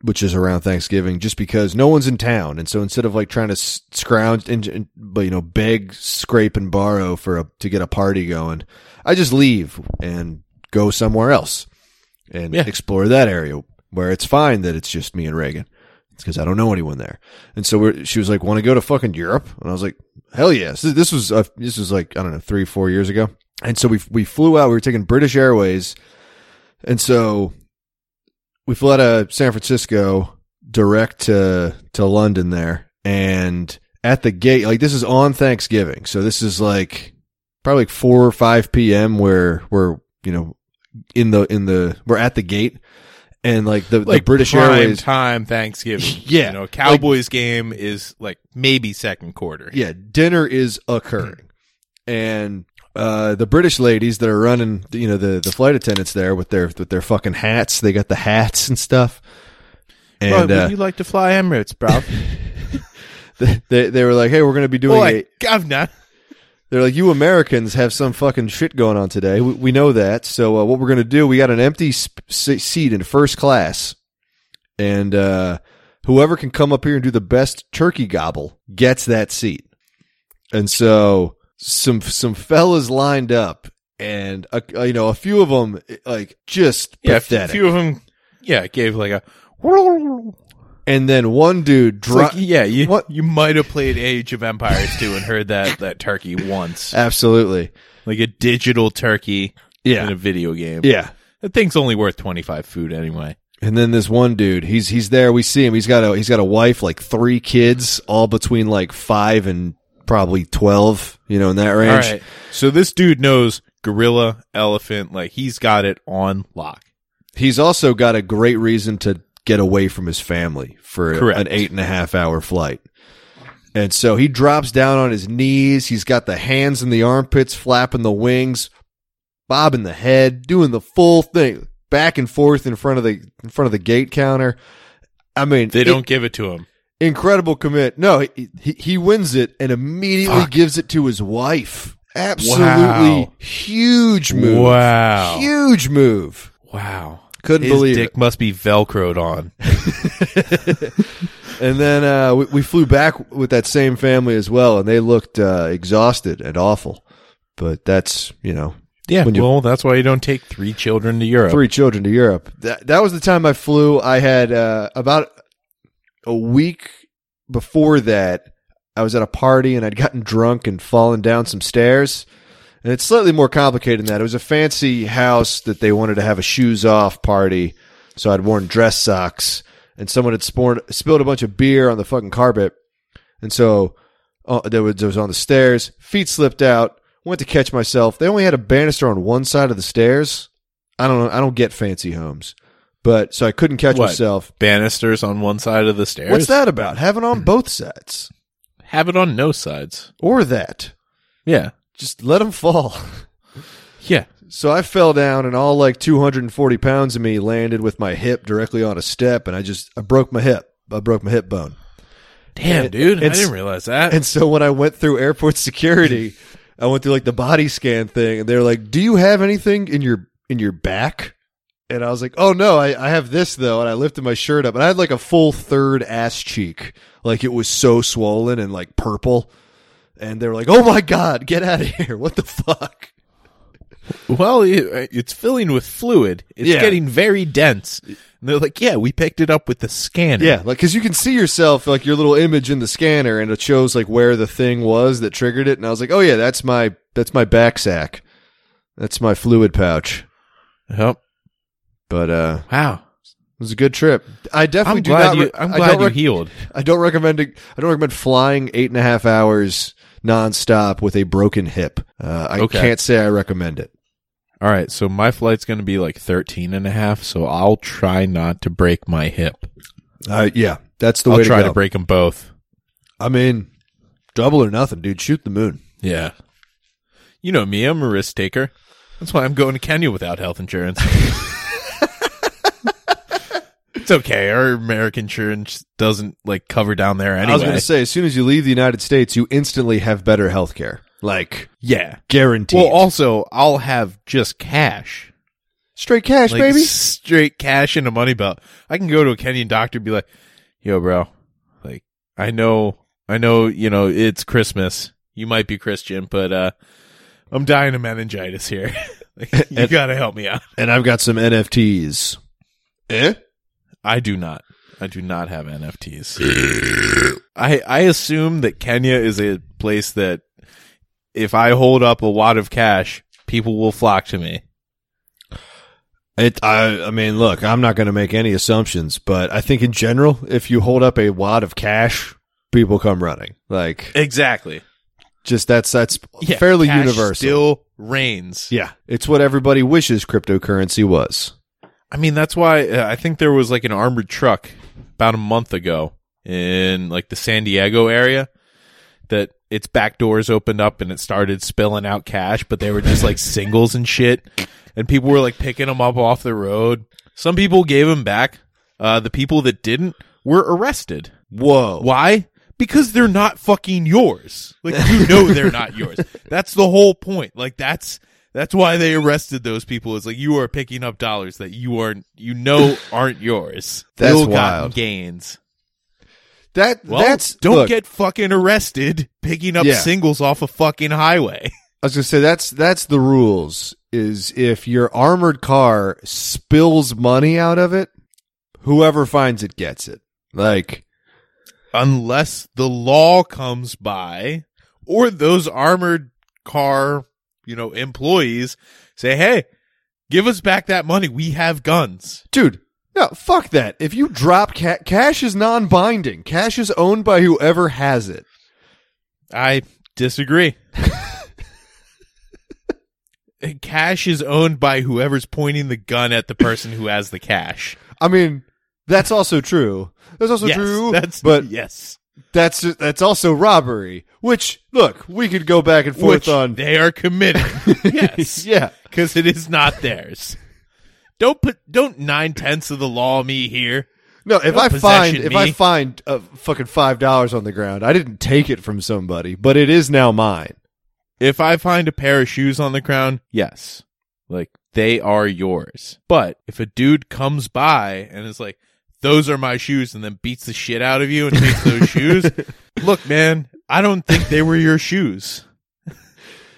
[SPEAKER 2] which is around Thanksgiving, just because no one's in town, and so instead of like trying to s- scrounge and, and but you know beg, scrape, and borrow for a, to get a party going, I just leave and go somewhere else and
[SPEAKER 1] Yeah.
[SPEAKER 2] explore that area where it's fine that it's just me and Reagan. It's because I don't know anyone there, and so we're, she was like, "Want to go to fucking Europe?" And I was like, "Hell yes!" This, this was uh, this was like I don't know three four years ago, and so we we flew out. We were taking British Airways. And so we flew out of San Francisco direct to to London there, and at the gate, like this is on Thanksgiving, so this is like probably like four or five p.m. where we're you know in the in the we're at the gate, and like the, the British
[SPEAKER 1] prime
[SPEAKER 2] Airways,
[SPEAKER 1] time Thanksgiving.
[SPEAKER 2] Yeah.
[SPEAKER 1] you know, Cowboys game is like maybe second quarter.
[SPEAKER 2] yeah, dinner is occurring, and. Uh, the British ladies that are running, you know, the, the flight attendants there with their with their fucking hats. They got the hats and stuff. And
[SPEAKER 1] Bro,
[SPEAKER 2] uh,
[SPEAKER 1] would you like to fly Emirates, bro?
[SPEAKER 2] they they were like, "Hey, we're going to be doing
[SPEAKER 1] Boy,
[SPEAKER 2] it."
[SPEAKER 1] governor.
[SPEAKER 2] They're like, "You Americans have some fucking shit going on today. We, we know that. So uh, what we're going to do? We got an empty sp- se- seat in first class, and uh, whoever can come up here and do the best turkey gobble gets that seat." And so some some fellas lined up, and uh, you know a few of them like just
[SPEAKER 1] Yeah, a
[SPEAKER 2] pathetic,
[SPEAKER 1] few of them. Yeah, gave like a.
[SPEAKER 2] and then one dude
[SPEAKER 1] It's like,
[SPEAKER 2] dropped.
[SPEAKER 1] yeah, you
[SPEAKER 2] What?
[SPEAKER 1] you might have played Age of Empires 2 and heard that that turkey once,
[SPEAKER 2] Absolutely,
[SPEAKER 1] like a digital turkey in
[SPEAKER 2] yeah,
[SPEAKER 1] a video game.
[SPEAKER 2] yeah.
[SPEAKER 1] That thing's only worth twenty five food anyway.
[SPEAKER 2] And then this one dude, he's he's there. We see him. He's got a he's got a wife, like three kids, all between like five and probably twelve, you know, in that range.
[SPEAKER 1] All right. So this dude knows gorilla, elephant, like he's got it on lock.
[SPEAKER 2] He's also got a great reason to get away from his family for
[SPEAKER 1] Correct.
[SPEAKER 2] an eight and a half hour flight. And so he drops down on his knees. He's got the hands in the armpits, flapping the wings, bobbing the head, doing the full thing, back and forth in front of the in front of the gate counter. I mean,
[SPEAKER 1] They
[SPEAKER 2] it-
[SPEAKER 1] don't give it to him.
[SPEAKER 2] incredible commit. No, he, he, he wins it and immediately
[SPEAKER 1] Fuck.
[SPEAKER 2] gives it to his wife. Absolutely
[SPEAKER 1] Wow.
[SPEAKER 2] huge move.
[SPEAKER 1] Wow.
[SPEAKER 2] Huge move.
[SPEAKER 1] Wow.
[SPEAKER 2] Couldn't
[SPEAKER 1] His
[SPEAKER 2] believe
[SPEAKER 1] dick must be velcroed on.
[SPEAKER 2] it. And then uh, we, we flew back with that same family as well, and they looked uh, exhausted and awful. But that's you know
[SPEAKER 1] Yeah.
[SPEAKER 2] When you-
[SPEAKER 1] well, that's why you don't take three children to Europe.
[SPEAKER 2] three children to Europe. That that was the time I flew. I had uh, about a week before that. I was at a party and I'd gotten drunk and fallen down some stairs, And it's slightly more complicated than that. It was a fancy house that they wanted to have a shoes off party. So I'd worn dress socks and someone had sporn, spilled a bunch of beer on the fucking carpet. And so uh, there was, there was on the stairs, feet slipped out, went to catch myself. They only had a banister on one side of the stairs. I don't know. I don't get fancy homes, but so I couldn't catch
[SPEAKER 1] What?
[SPEAKER 2] myself.
[SPEAKER 1] Banisters on one side of the stairs.
[SPEAKER 2] What's that about? Have it on both sides
[SPEAKER 1] Have it on no sides.
[SPEAKER 2] or that.
[SPEAKER 1] Yeah.
[SPEAKER 2] Just let them fall.
[SPEAKER 1] Yeah.
[SPEAKER 2] So I fell down, and all like 240 pounds of me landed with my hip directly on a step, and I just I broke my hip. I broke my hip bone.
[SPEAKER 1] Damn,
[SPEAKER 2] And-
[SPEAKER 1] dude. I
[SPEAKER 2] and-
[SPEAKER 1] didn't realize that.
[SPEAKER 2] And so when I went through airport security, I went through like the body scan thing, and they were like, "Do you have anything in your in your back?" And I was like, "Oh no, I, I have this though." And I lifted my shirt up, and I had like a full third ass cheek, like it was so swollen and like purple. And they were like, "Oh my god, get out of here! What the fuck?"
[SPEAKER 1] well, it, it's filling with fluid. It's
[SPEAKER 2] Yeah.
[SPEAKER 1] getting very dense. And they're like, yeah, we picked it up with the scanner.
[SPEAKER 2] Yeah, like because you can see yourself like your little image in the scanner, and it shows like where the thing was that triggered it. And I was like, "Oh yeah, that's my that's my back sack, that's my fluid pouch."
[SPEAKER 1] Yep.
[SPEAKER 2] But uh,
[SPEAKER 1] Wow.
[SPEAKER 2] It was a good trip. I definitely
[SPEAKER 1] I'm
[SPEAKER 2] do
[SPEAKER 1] glad,
[SPEAKER 2] not.
[SPEAKER 1] you,
[SPEAKER 2] re-
[SPEAKER 1] I'm
[SPEAKER 2] I
[SPEAKER 1] glad
[SPEAKER 2] don't
[SPEAKER 1] you
[SPEAKER 2] rec-
[SPEAKER 1] healed.
[SPEAKER 2] I don't recommend. it- I don't recommend flying eight and a half hours nonstop with a broken hip. Uh, I
[SPEAKER 1] Okay.
[SPEAKER 2] can't say I recommend it.
[SPEAKER 1] All right. So my flight's going to be like 13 and a half. So I'll try not to break my hip.
[SPEAKER 2] Uh, yeah, that's the
[SPEAKER 1] I'll
[SPEAKER 2] way
[SPEAKER 1] try
[SPEAKER 2] to
[SPEAKER 1] to,
[SPEAKER 2] go.
[SPEAKER 1] break them both.
[SPEAKER 2] I mean, double or nothing, dude. Shoot the moon.
[SPEAKER 1] Yeah. You know me. I'm a risk taker. That's why I'm going to Kenya without health insurance. it's okay. Our American insurance doesn't like cover down there anyway.
[SPEAKER 2] I was going to say, as soon as you leave the United States, you instantly have better health care, like
[SPEAKER 1] yeah.
[SPEAKER 2] guaranteed.
[SPEAKER 1] Well, also, I'll have just cash.
[SPEAKER 2] straight cash,
[SPEAKER 1] like
[SPEAKER 2] baby.
[SPEAKER 1] straight cash in a money belt. I can go to a Kenyan doctor and be like, "Yo, bro, like I know, I know, you know, it's Christmas. You might be Christian, but uh, I'm dying of meningitis here. like, you
[SPEAKER 2] And-
[SPEAKER 1] gotta help me out.
[SPEAKER 2] and I've got some NFTs. Eh?
[SPEAKER 1] I do not. I do not have NFTs. I I assume that Kenya is a place that if I hold up a wad of cash, people will flock to me.
[SPEAKER 2] It, I, I mean, look, I'm not going to make any assumptions, but I think in general, if you hold up a wad of cash, people come running. Like,
[SPEAKER 1] Exactly.
[SPEAKER 2] just that's that's fairly
[SPEAKER 1] cash
[SPEAKER 2] universal.
[SPEAKER 1] Still reigns.
[SPEAKER 2] yeah, it's what everybody wishes cryptocurrency was.
[SPEAKER 1] I mean, that's why uh, I think there was like an armored truck about a month ago in like the San Diego area that its back doors opened up and it started spilling out cash, but they were just like singles and shit. And people were like picking them up off the road. Some people gave them back. Uh, the people that didn't were arrested.
[SPEAKER 2] Whoa!
[SPEAKER 1] Why? Because they're not fucking yours. Like you know they're not yours. That's the whole point. Like that's that's why they arrested those people. Is like you are picking up dollars that you are you know aren't yours.
[SPEAKER 2] That's
[SPEAKER 1] Ill-gotten
[SPEAKER 2] wild.
[SPEAKER 1] gains.
[SPEAKER 2] That
[SPEAKER 1] Well,
[SPEAKER 2] that's
[SPEAKER 1] don't
[SPEAKER 2] look,
[SPEAKER 1] get fucking arrested picking up
[SPEAKER 2] Yeah.
[SPEAKER 1] singles off a fucking highway.
[SPEAKER 2] I was gonna say that's that's the rules. Is if your armored car spills money out of it, whoever finds it gets it. Like,
[SPEAKER 1] Unless the law comes by or those armored car, you know, employees say, "Hey, give us back that money. We have guns."
[SPEAKER 2] Dude, no, fuck that. If you drop ca- cash is non-binding. Cash is owned by whoever has it.
[SPEAKER 1] I disagree. cash is owned by whoever's pointing the gun at the person who has the cash.
[SPEAKER 2] I mean, that's also true. That's also
[SPEAKER 1] yes,
[SPEAKER 2] true.
[SPEAKER 1] that's
[SPEAKER 2] but
[SPEAKER 1] yes.
[SPEAKER 2] that's that's also robbery. Which look, we could go back and forth
[SPEAKER 1] Which
[SPEAKER 2] on.
[SPEAKER 1] they are committing. yes,
[SPEAKER 2] yeah,
[SPEAKER 1] because it is not theirs. Don't put don't nine tenths of the law me here.
[SPEAKER 2] no. If
[SPEAKER 1] Don't
[SPEAKER 2] I find
[SPEAKER 1] possession
[SPEAKER 2] if
[SPEAKER 1] me.
[SPEAKER 2] I find uh, fucking five dollars on the ground, I didn't take it from somebody, but it is now mine.
[SPEAKER 1] If I find a pair of shoes on the ground, yes, like they are yours. But if a dude comes by and is like, "Those are my shoes," and then beats the shit out of you and takes those shoes, look, man, I don't think they were your shoes.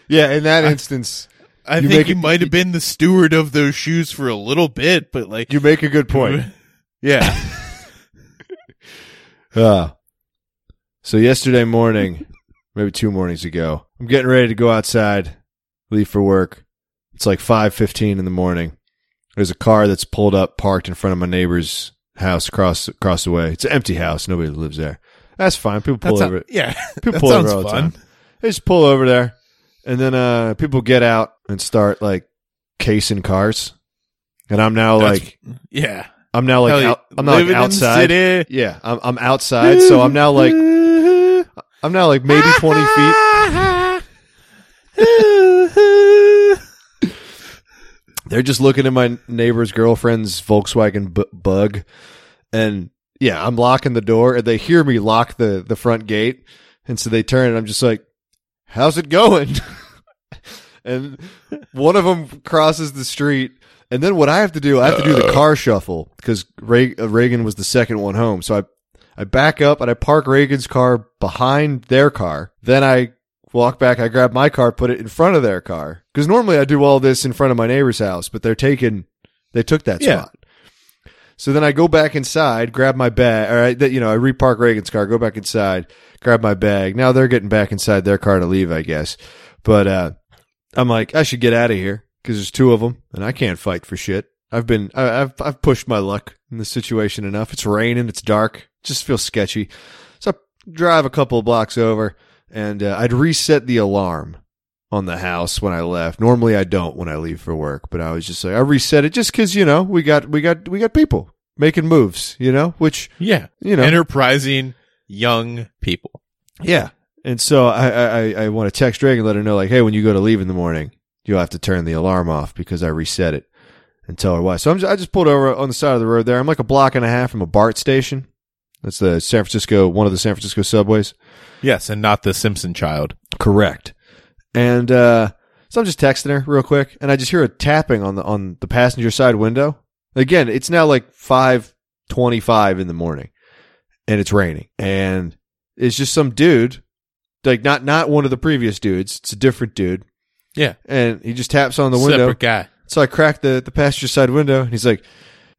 [SPEAKER 2] Yeah, in that instance,
[SPEAKER 1] I
[SPEAKER 2] You
[SPEAKER 1] think
[SPEAKER 2] make
[SPEAKER 1] you
[SPEAKER 2] it-
[SPEAKER 1] might have been the steward of those shoes for a little bit, but like,
[SPEAKER 2] you make a good point.
[SPEAKER 1] yeah,
[SPEAKER 2] Uh, so yesterday morning, maybe two mornings ago, I'm getting ready to go outside. leave for work. It's like 5:15 in the morning. There's a car that's pulled up parked in front of my neighbor's house across across the way. It's an empty house, nobody lives there. That's fine. People pull
[SPEAKER 1] That's
[SPEAKER 2] over.
[SPEAKER 1] not- yeah.
[SPEAKER 2] People
[SPEAKER 1] that
[SPEAKER 2] pull over
[SPEAKER 1] sounds
[SPEAKER 2] all the
[SPEAKER 1] fun.
[SPEAKER 2] time. They just pull over there, and then uh, people get out and start like casing cars. And I'm now
[SPEAKER 1] That's-
[SPEAKER 2] like
[SPEAKER 1] Yeah.
[SPEAKER 2] I'm now like
[SPEAKER 1] Hell yeah.
[SPEAKER 2] out, I'm now like
[SPEAKER 1] Living in the
[SPEAKER 2] outside.
[SPEAKER 1] city.
[SPEAKER 2] Yeah, I'm I'm outside, so I'm now like I'm now like maybe 20 feet.
[SPEAKER 1] feet.
[SPEAKER 2] They're just looking at my neighbor's girlfriend's Volkswagen bu- Bug, and yeah, I'm locking the door, and they hear me lock the the front gate, and so they turn, and I'm just like, "How's it going?" and one of them crosses the street, and then what I have to do, I have to do the car shuffle because Reagan was the second one home, so I I back up and I park Reagan's car behind their car. Then I walk back, I grab my car, put it in front of their car. Because normally I do all this in front of my neighbor's house, but they're taking, they took that
[SPEAKER 1] Yeah.
[SPEAKER 2] spot. So then I go back inside, grab my bag. All right, that you know, I repark Reagan's car, go back inside, grab my bag. Now they're getting back inside their car to leave, I guess. But uh, I'm like, I should get out of here because there's two of them, and I can't fight for shit. I've been, I, I've, I've pushed my luck in this situation enough. It's raining, it's dark, just feels sketchy. So I drive a couple of blocks over, and uh, I'd reset the alarm on the house when I left. Normally I don't when I leave for work, but I was just like, I reset it just because you know we got we got we got people making moves, you know, which
[SPEAKER 1] Yeah.
[SPEAKER 2] you know,
[SPEAKER 1] Enterprising young people.
[SPEAKER 2] yeah. And so I I, I- I want to text Drake and let her know like, hey, when you go to leave in the morning, you'll have to turn the alarm off because I reset it, and tell her why. So I'm just, I just pulled over on the side of the road there. I'm like a block and a half from a BART station. That's the San Francisco one of the San Francisco subways.
[SPEAKER 1] Yes, and not the Simpson child.
[SPEAKER 2] Correct. And uh, so I'm just texting her real quick, and I just hear a tapping on the on the passenger side window. Again, it's now like five twenty five in the morning, and it's raining, and it's just some dude, like not not one of the previous dudes. It's a different dude,
[SPEAKER 1] Yeah.
[SPEAKER 2] and he just taps on the window.
[SPEAKER 1] Separate guy.
[SPEAKER 2] So I cracked the, the passenger side window, and he's like,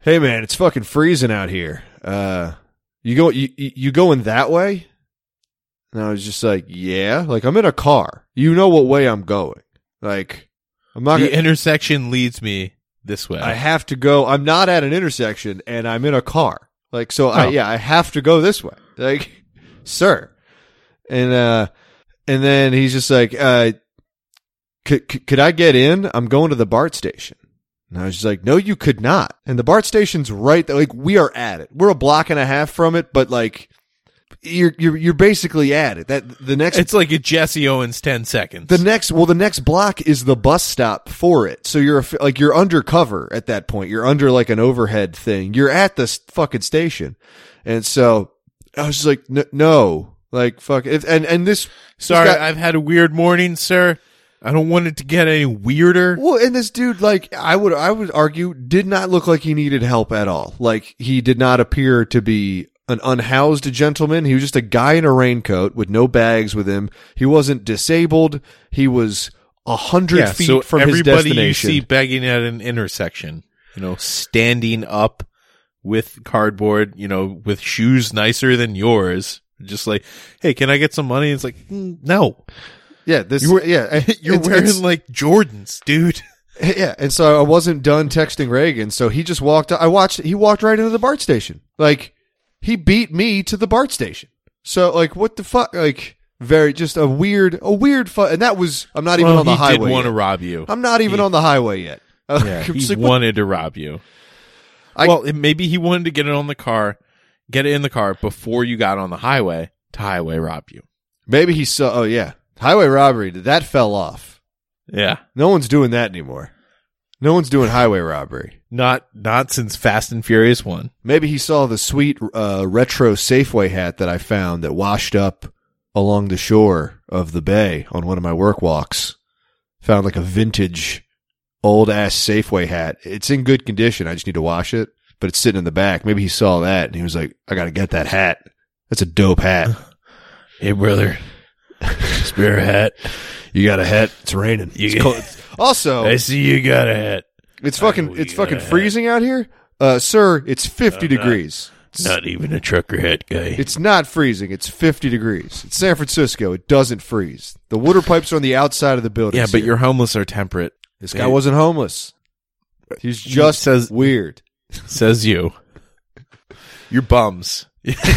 [SPEAKER 2] "Hey man, it's fucking freezing out here. Uh, you go you you you going that way?" And I was just like, "Yeah, like I'm in a car. You know what way I'm going. Like I'm not.
[SPEAKER 1] The
[SPEAKER 2] Gonna,
[SPEAKER 1] intersection leads me this way.
[SPEAKER 2] I have to go. I'm not at an intersection, and I'm in a car. Like so. I
[SPEAKER 1] No.
[SPEAKER 2] yeah, I have to go this way. Like, sir." And uh, and then he's just like, uh, could, could could I get in? I'm going to the BART station. And I was just like, no, you could not. And the BART station's right there. Like we are at it. We're a block and a half from it, but like you're you're you're basically at it. That the next
[SPEAKER 1] it's like a Jesse Owens 10 seconds.
[SPEAKER 2] the next well the next block is the bus stop for it. So you're a- like you're undercover at that point. You're under like an overhead thing. You're at this fucking station. And so I was just like "N- no. Like fuck if and and this
[SPEAKER 1] Sorry,
[SPEAKER 2] this guy-
[SPEAKER 1] I've had a weird morning, sir. I don't want it to get any weirder.
[SPEAKER 2] Well, and this dude, like, I would, I would argue, did not look like he needed help at all. Like, he did not appear to be an unhoused gentleman. He was just a guy in a raincoat with no bags with him. He wasn't disabled. He was a hundred feet
[SPEAKER 1] so
[SPEAKER 2] from his
[SPEAKER 1] everybody
[SPEAKER 2] destination.
[SPEAKER 1] you see begging at an intersection, you know, standing up with cardboard, you know, with shoes nicer than yours, just like, hey, can I get some money? It's like, "Mm, no,
[SPEAKER 2] yeah, this.
[SPEAKER 1] You were-
[SPEAKER 2] yeah,
[SPEAKER 1] you're
[SPEAKER 2] it's-
[SPEAKER 1] wearing
[SPEAKER 2] it's-
[SPEAKER 1] like Jordans, dude.
[SPEAKER 2] Yeah, and so I wasn't done texting Reagan, so he just walked. I watched. He walked right into the BART station. Like he beat me to the BART station. So like, what the fuck? Like very just a weird, a weird fu And that was I'm not even on the
[SPEAKER 1] he
[SPEAKER 2] highway.
[SPEAKER 1] did want to
[SPEAKER 2] yet.
[SPEAKER 1] rob you.
[SPEAKER 2] I'm not even
[SPEAKER 1] he-
[SPEAKER 2] on the highway yet.
[SPEAKER 1] yeah,
[SPEAKER 2] I'm
[SPEAKER 1] he
[SPEAKER 2] just like, what-
[SPEAKER 1] wanted to rob you.
[SPEAKER 2] I-
[SPEAKER 1] well, it, maybe he wanted to get it on the car, get it in the car before you got on the highway to highway rob you.
[SPEAKER 2] maybe he saw. Oh yeah, highway robbery. That fell off.
[SPEAKER 1] Yeah.
[SPEAKER 2] No one's doing that anymore. No one's doing highway robbery.
[SPEAKER 1] Not not since Fast and Furious one.
[SPEAKER 2] Maybe he saw the sweet uh, retro Safeway hat that I found that washed up along the shore of the bay on one of my work walks. Found like a vintage old ass Safeway hat. It's in good condition. I just need to wash it, but it's sitting in the back. Maybe he saw that and he was like, I got to get that hat. That's a dope hat.
[SPEAKER 1] Hey brother, spare hat.
[SPEAKER 2] You got a hat? It's raining.
[SPEAKER 1] You
[SPEAKER 2] It's
[SPEAKER 1] get-
[SPEAKER 2] cold. Also,
[SPEAKER 1] I see you got a hat.
[SPEAKER 2] it's
[SPEAKER 1] I know
[SPEAKER 2] fucking
[SPEAKER 1] you
[SPEAKER 2] it's
[SPEAKER 1] got
[SPEAKER 2] fucking
[SPEAKER 1] a hat.
[SPEAKER 2] freezing out here. Uh, sir, it's 50 degrees. not
[SPEAKER 3] Not even a trucker hat guy.
[SPEAKER 2] It's not freezing. It's 50 degrees. It's San Francisco. It doesn't freeze. The water pipes are on the outside of the building.
[SPEAKER 1] Yeah, but your homeless are temperate.
[SPEAKER 2] this guy wasn't homeless. He's just
[SPEAKER 1] says-
[SPEAKER 2] weird.
[SPEAKER 1] says you. You're bums.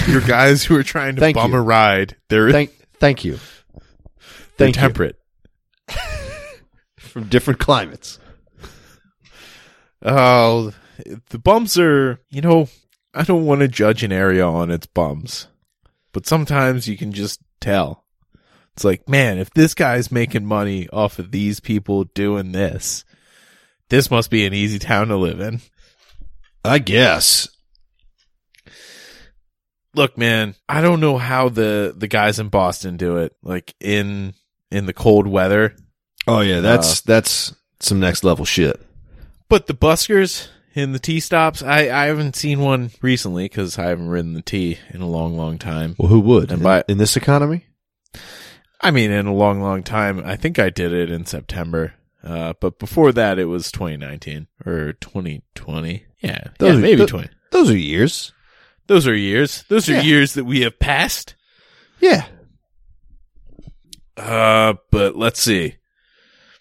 [SPEAKER 1] You're guys who are trying to
[SPEAKER 2] Thank
[SPEAKER 1] bum
[SPEAKER 2] you.
[SPEAKER 1] a ride. They're,
[SPEAKER 2] Thank, thank you.
[SPEAKER 1] they're
[SPEAKER 2] Thank you.
[SPEAKER 1] temperate.
[SPEAKER 2] From different climates.
[SPEAKER 1] Oh, the bums are, you know, I don't want to judge an area on its bums, but sometimes you can just tell. It's like, man, if this guy's making money off of these people doing this, this must be an easy town to live in.
[SPEAKER 2] I guess.
[SPEAKER 1] Look, man, I don't know how the the guys in Boston do it. Like in in the cold weather,
[SPEAKER 2] Oh yeah, that's that's some next level shit.
[SPEAKER 1] But the buskers in the tea stops, I, I haven't seen one recently because I haven't ridden the tea in a long, long time.
[SPEAKER 2] Well, who would?
[SPEAKER 1] And
[SPEAKER 2] in,
[SPEAKER 1] by-
[SPEAKER 2] in this economy?
[SPEAKER 1] I mean, in a long, long time. I think I did it in September. Uh, but before that, it was 2019 or 2020. Yeah,
[SPEAKER 2] Those
[SPEAKER 1] yeah
[SPEAKER 2] are-
[SPEAKER 1] maybe
[SPEAKER 2] th-
[SPEAKER 1] 20.
[SPEAKER 2] Those are years.
[SPEAKER 1] Those are years. Those are
[SPEAKER 2] Yeah.
[SPEAKER 1] years that we have passed.
[SPEAKER 2] Yeah.
[SPEAKER 1] Uh, but let's see.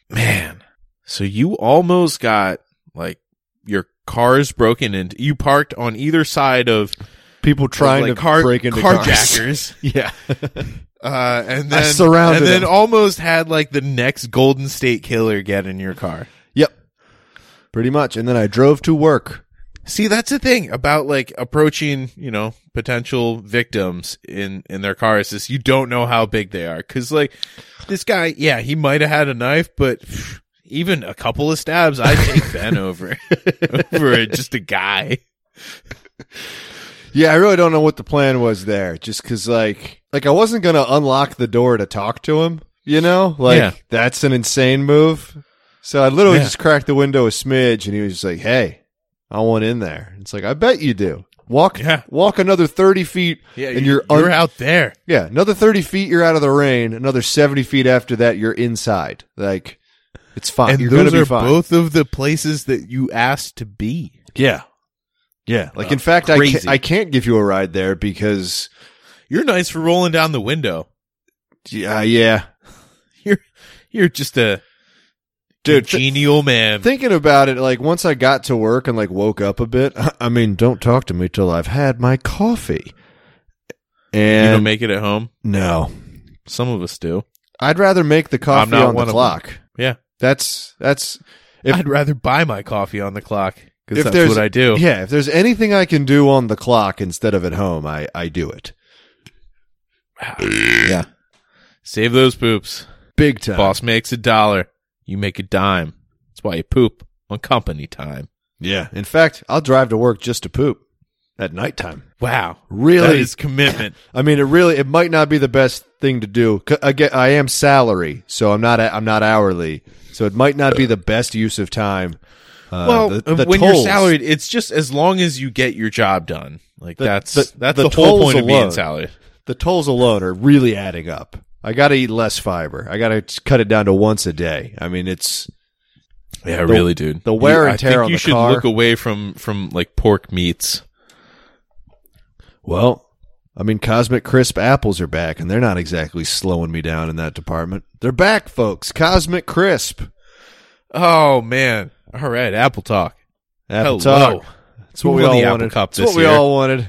[SPEAKER 1] Man, so you almost got like your cars broken into. You parked on either side of
[SPEAKER 2] People trying
[SPEAKER 1] like
[SPEAKER 2] to
[SPEAKER 1] car-
[SPEAKER 2] break into cars.
[SPEAKER 1] carjackers.
[SPEAKER 2] yeah.
[SPEAKER 1] Uh, and
[SPEAKER 2] I
[SPEAKER 1] then
[SPEAKER 2] surrounded
[SPEAKER 1] and then
[SPEAKER 2] him.
[SPEAKER 1] almost had like the next Golden State Killer get in your car.
[SPEAKER 2] Yep. Pretty much. And then I drove to work.
[SPEAKER 1] See, that's the thing about like approaching, you know, potential victims in in their cars is you don't know how big they are because like this guy, yeah, he might have had a knife, but pff, even a couple of stabs, I take Ben over over just a guy.
[SPEAKER 2] Yeah, I really don't know what the plan was there. Just because, like, like I wasn't gonna unlock the door to talk to him. You know, like
[SPEAKER 1] Yeah.
[SPEAKER 2] that's an insane move. So I literally
[SPEAKER 1] Yeah.
[SPEAKER 2] just cracked the window a smidge, and he was just like, "Hey, I want in there." It's like, I bet you do. Walk,
[SPEAKER 1] Yeah.
[SPEAKER 2] walk another thirty feet,
[SPEAKER 1] Yeah,
[SPEAKER 2] and
[SPEAKER 1] you-
[SPEAKER 2] you're, un-
[SPEAKER 1] you're out there.
[SPEAKER 2] yeah, another thirty feet, you're out of the rain. Another seventy feet after that, you're inside. Like, it's fine.
[SPEAKER 1] And
[SPEAKER 2] you're gonna
[SPEAKER 1] those
[SPEAKER 2] be
[SPEAKER 1] are
[SPEAKER 2] fine.
[SPEAKER 1] both of the places that you asked to be.
[SPEAKER 2] yeah, yeah. Like,
[SPEAKER 1] Oh,
[SPEAKER 2] in fact, I
[SPEAKER 1] crazy.
[SPEAKER 2] can't, I can't give you a ride there because,
[SPEAKER 1] You're nice for rolling down the window.
[SPEAKER 2] yeah, yeah.
[SPEAKER 1] You're just a
[SPEAKER 2] Dude, th-
[SPEAKER 1] genial man.
[SPEAKER 2] thinking about it like once i got to work and like woke up a bit i mean don't talk to me till i've had my coffee
[SPEAKER 1] you don't
[SPEAKER 2] and
[SPEAKER 1] make it at home.
[SPEAKER 2] no
[SPEAKER 1] Some of us do.
[SPEAKER 2] i'd rather make the coffee
[SPEAKER 1] not
[SPEAKER 2] on
[SPEAKER 1] one
[SPEAKER 2] the
[SPEAKER 1] of
[SPEAKER 2] clock
[SPEAKER 1] Yeah.
[SPEAKER 2] that's that's If-
[SPEAKER 1] I'd rather buy my coffee on the clock because
[SPEAKER 2] If
[SPEAKER 1] that's
[SPEAKER 2] there's-
[SPEAKER 1] what I do.
[SPEAKER 2] yeah if there's anything i can do on the clock instead of at home i i do it yeah
[SPEAKER 1] Save those poops.
[SPEAKER 2] big time
[SPEAKER 1] Boss makes a dollar. You make a dime. That's why you poop on company time.
[SPEAKER 2] yeah in fact i'll drive to work just to poop at nighttime
[SPEAKER 1] Wow. That
[SPEAKER 2] really
[SPEAKER 1] is commitment.
[SPEAKER 2] I mean, it really it might not be the best thing to do. C- Again, I am salary, so I'm not I'm not hourly, so it might not be the best use of time. Uh,
[SPEAKER 1] well,
[SPEAKER 2] the- the
[SPEAKER 1] when
[SPEAKER 2] tolls-
[SPEAKER 1] you're salaried, it's just as long as you get your job done. Like
[SPEAKER 2] The-
[SPEAKER 1] that's
[SPEAKER 2] the-
[SPEAKER 1] that's
[SPEAKER 2] the
[SPEAKER 1] the, whole
[SPEAKER 2] tolls
[SPEAKER 1] point of being
[SPEAKER 2] alone.
[SPEAKER 1] salaried.
[SPEAKER 2] the tolls alone are really adding up. I got to eat less fiber. I got to cut it down to once a day. I mean, it's
[SPEAKER 1] Yeah, really, dude.
[SPEAKER 2] the wear
[SPEAKER 1] You-
[SPEAKER 2] and tear
[SPEAKER 1] I think
[SPEAKER 2] on
[SPEAKER 1] you
[SPEAKER 2] the
[SPEAKER 1] should
[SPEAKER 2] car.
[SPEAKER 1] look away from from like pork meats.
[SPEAKER 2] well, I mean, Cosmic Crisp apples are back, and they're not exactly slowing me down in that department. They're back, folks. Cosmic Crisp
[SPEAKER 1] Oh man! All right, Apple Talk.
[SPEAKER 2] apple
[SPEAKER 1] Hello.
[SPEAKER 2] talk. That's
[SPEAKER 1] Who
[SPEAKER 2] what we
[SPEAKER 1] won
[SPEAKER 2] all
[SPEAKER 1] the Apple
[SPEAKER 2] wanted.
[SPEAKER 1] Cup
[SPEAKER 2] That's what
[SPEAKER 1] this
[SPEAKER 2] we
[SPEAKER 1] year?
[SPEAKER 2] all wanted.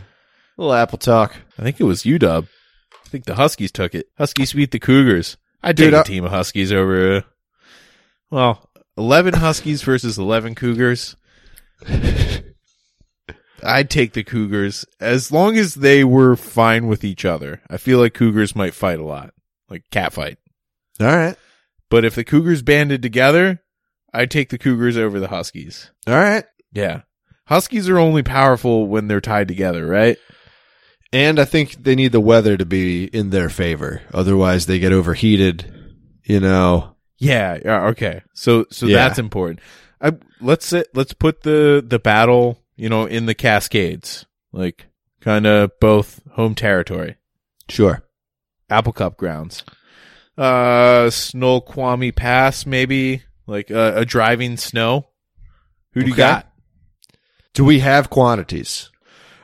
[SPEAKER 2] little apple talk.
[SPEAKER 1] I think it was UW. I think the Huskies took it. Huskies beat the Cougars. I
[SPEAKER 2] Dude,
[SPEAKER 1] did a
[SPEAKER 2] I-
[SPEAKER 1] team of Huskies over. uh, Well, eleven Huskies versus eleven Cougars. I'd take the Cougars as long as they were fine with each other. I feel like Cougars might fight a lot, like cat fight.
[SPEAKER 2] All right.
[SPEAKER 1] But if the Cougars banded together, I'd take the Cougars over the Huskies.
[SPEAKER 2] All right.
[SPEAKER 1] Yeah. Huskies are only powerful when they're tied together, right?
[SPEAKER 2] And I think they need the weather to be in their favor. Otherwise, they get overheated, you know.
[SPEAKER 1] Yeah. yeah, Okay. So so
[SPEAKER 2] Yeah.
[SPEAKER 1] that's important. I, let's sit, let's put the the battle you know in the Cascades, like kind of both home territory,
[SPEAKER 2] Sure.
[SPEAKER 1] Apple Cup grounds, uh, Snoqualmie Pass, maybe like uh, a, a driving snow. Who do you
[SPEAKER 2] Okay.
[SPEAKER 1] got?
[SPEAKER 2] Do we have quantities?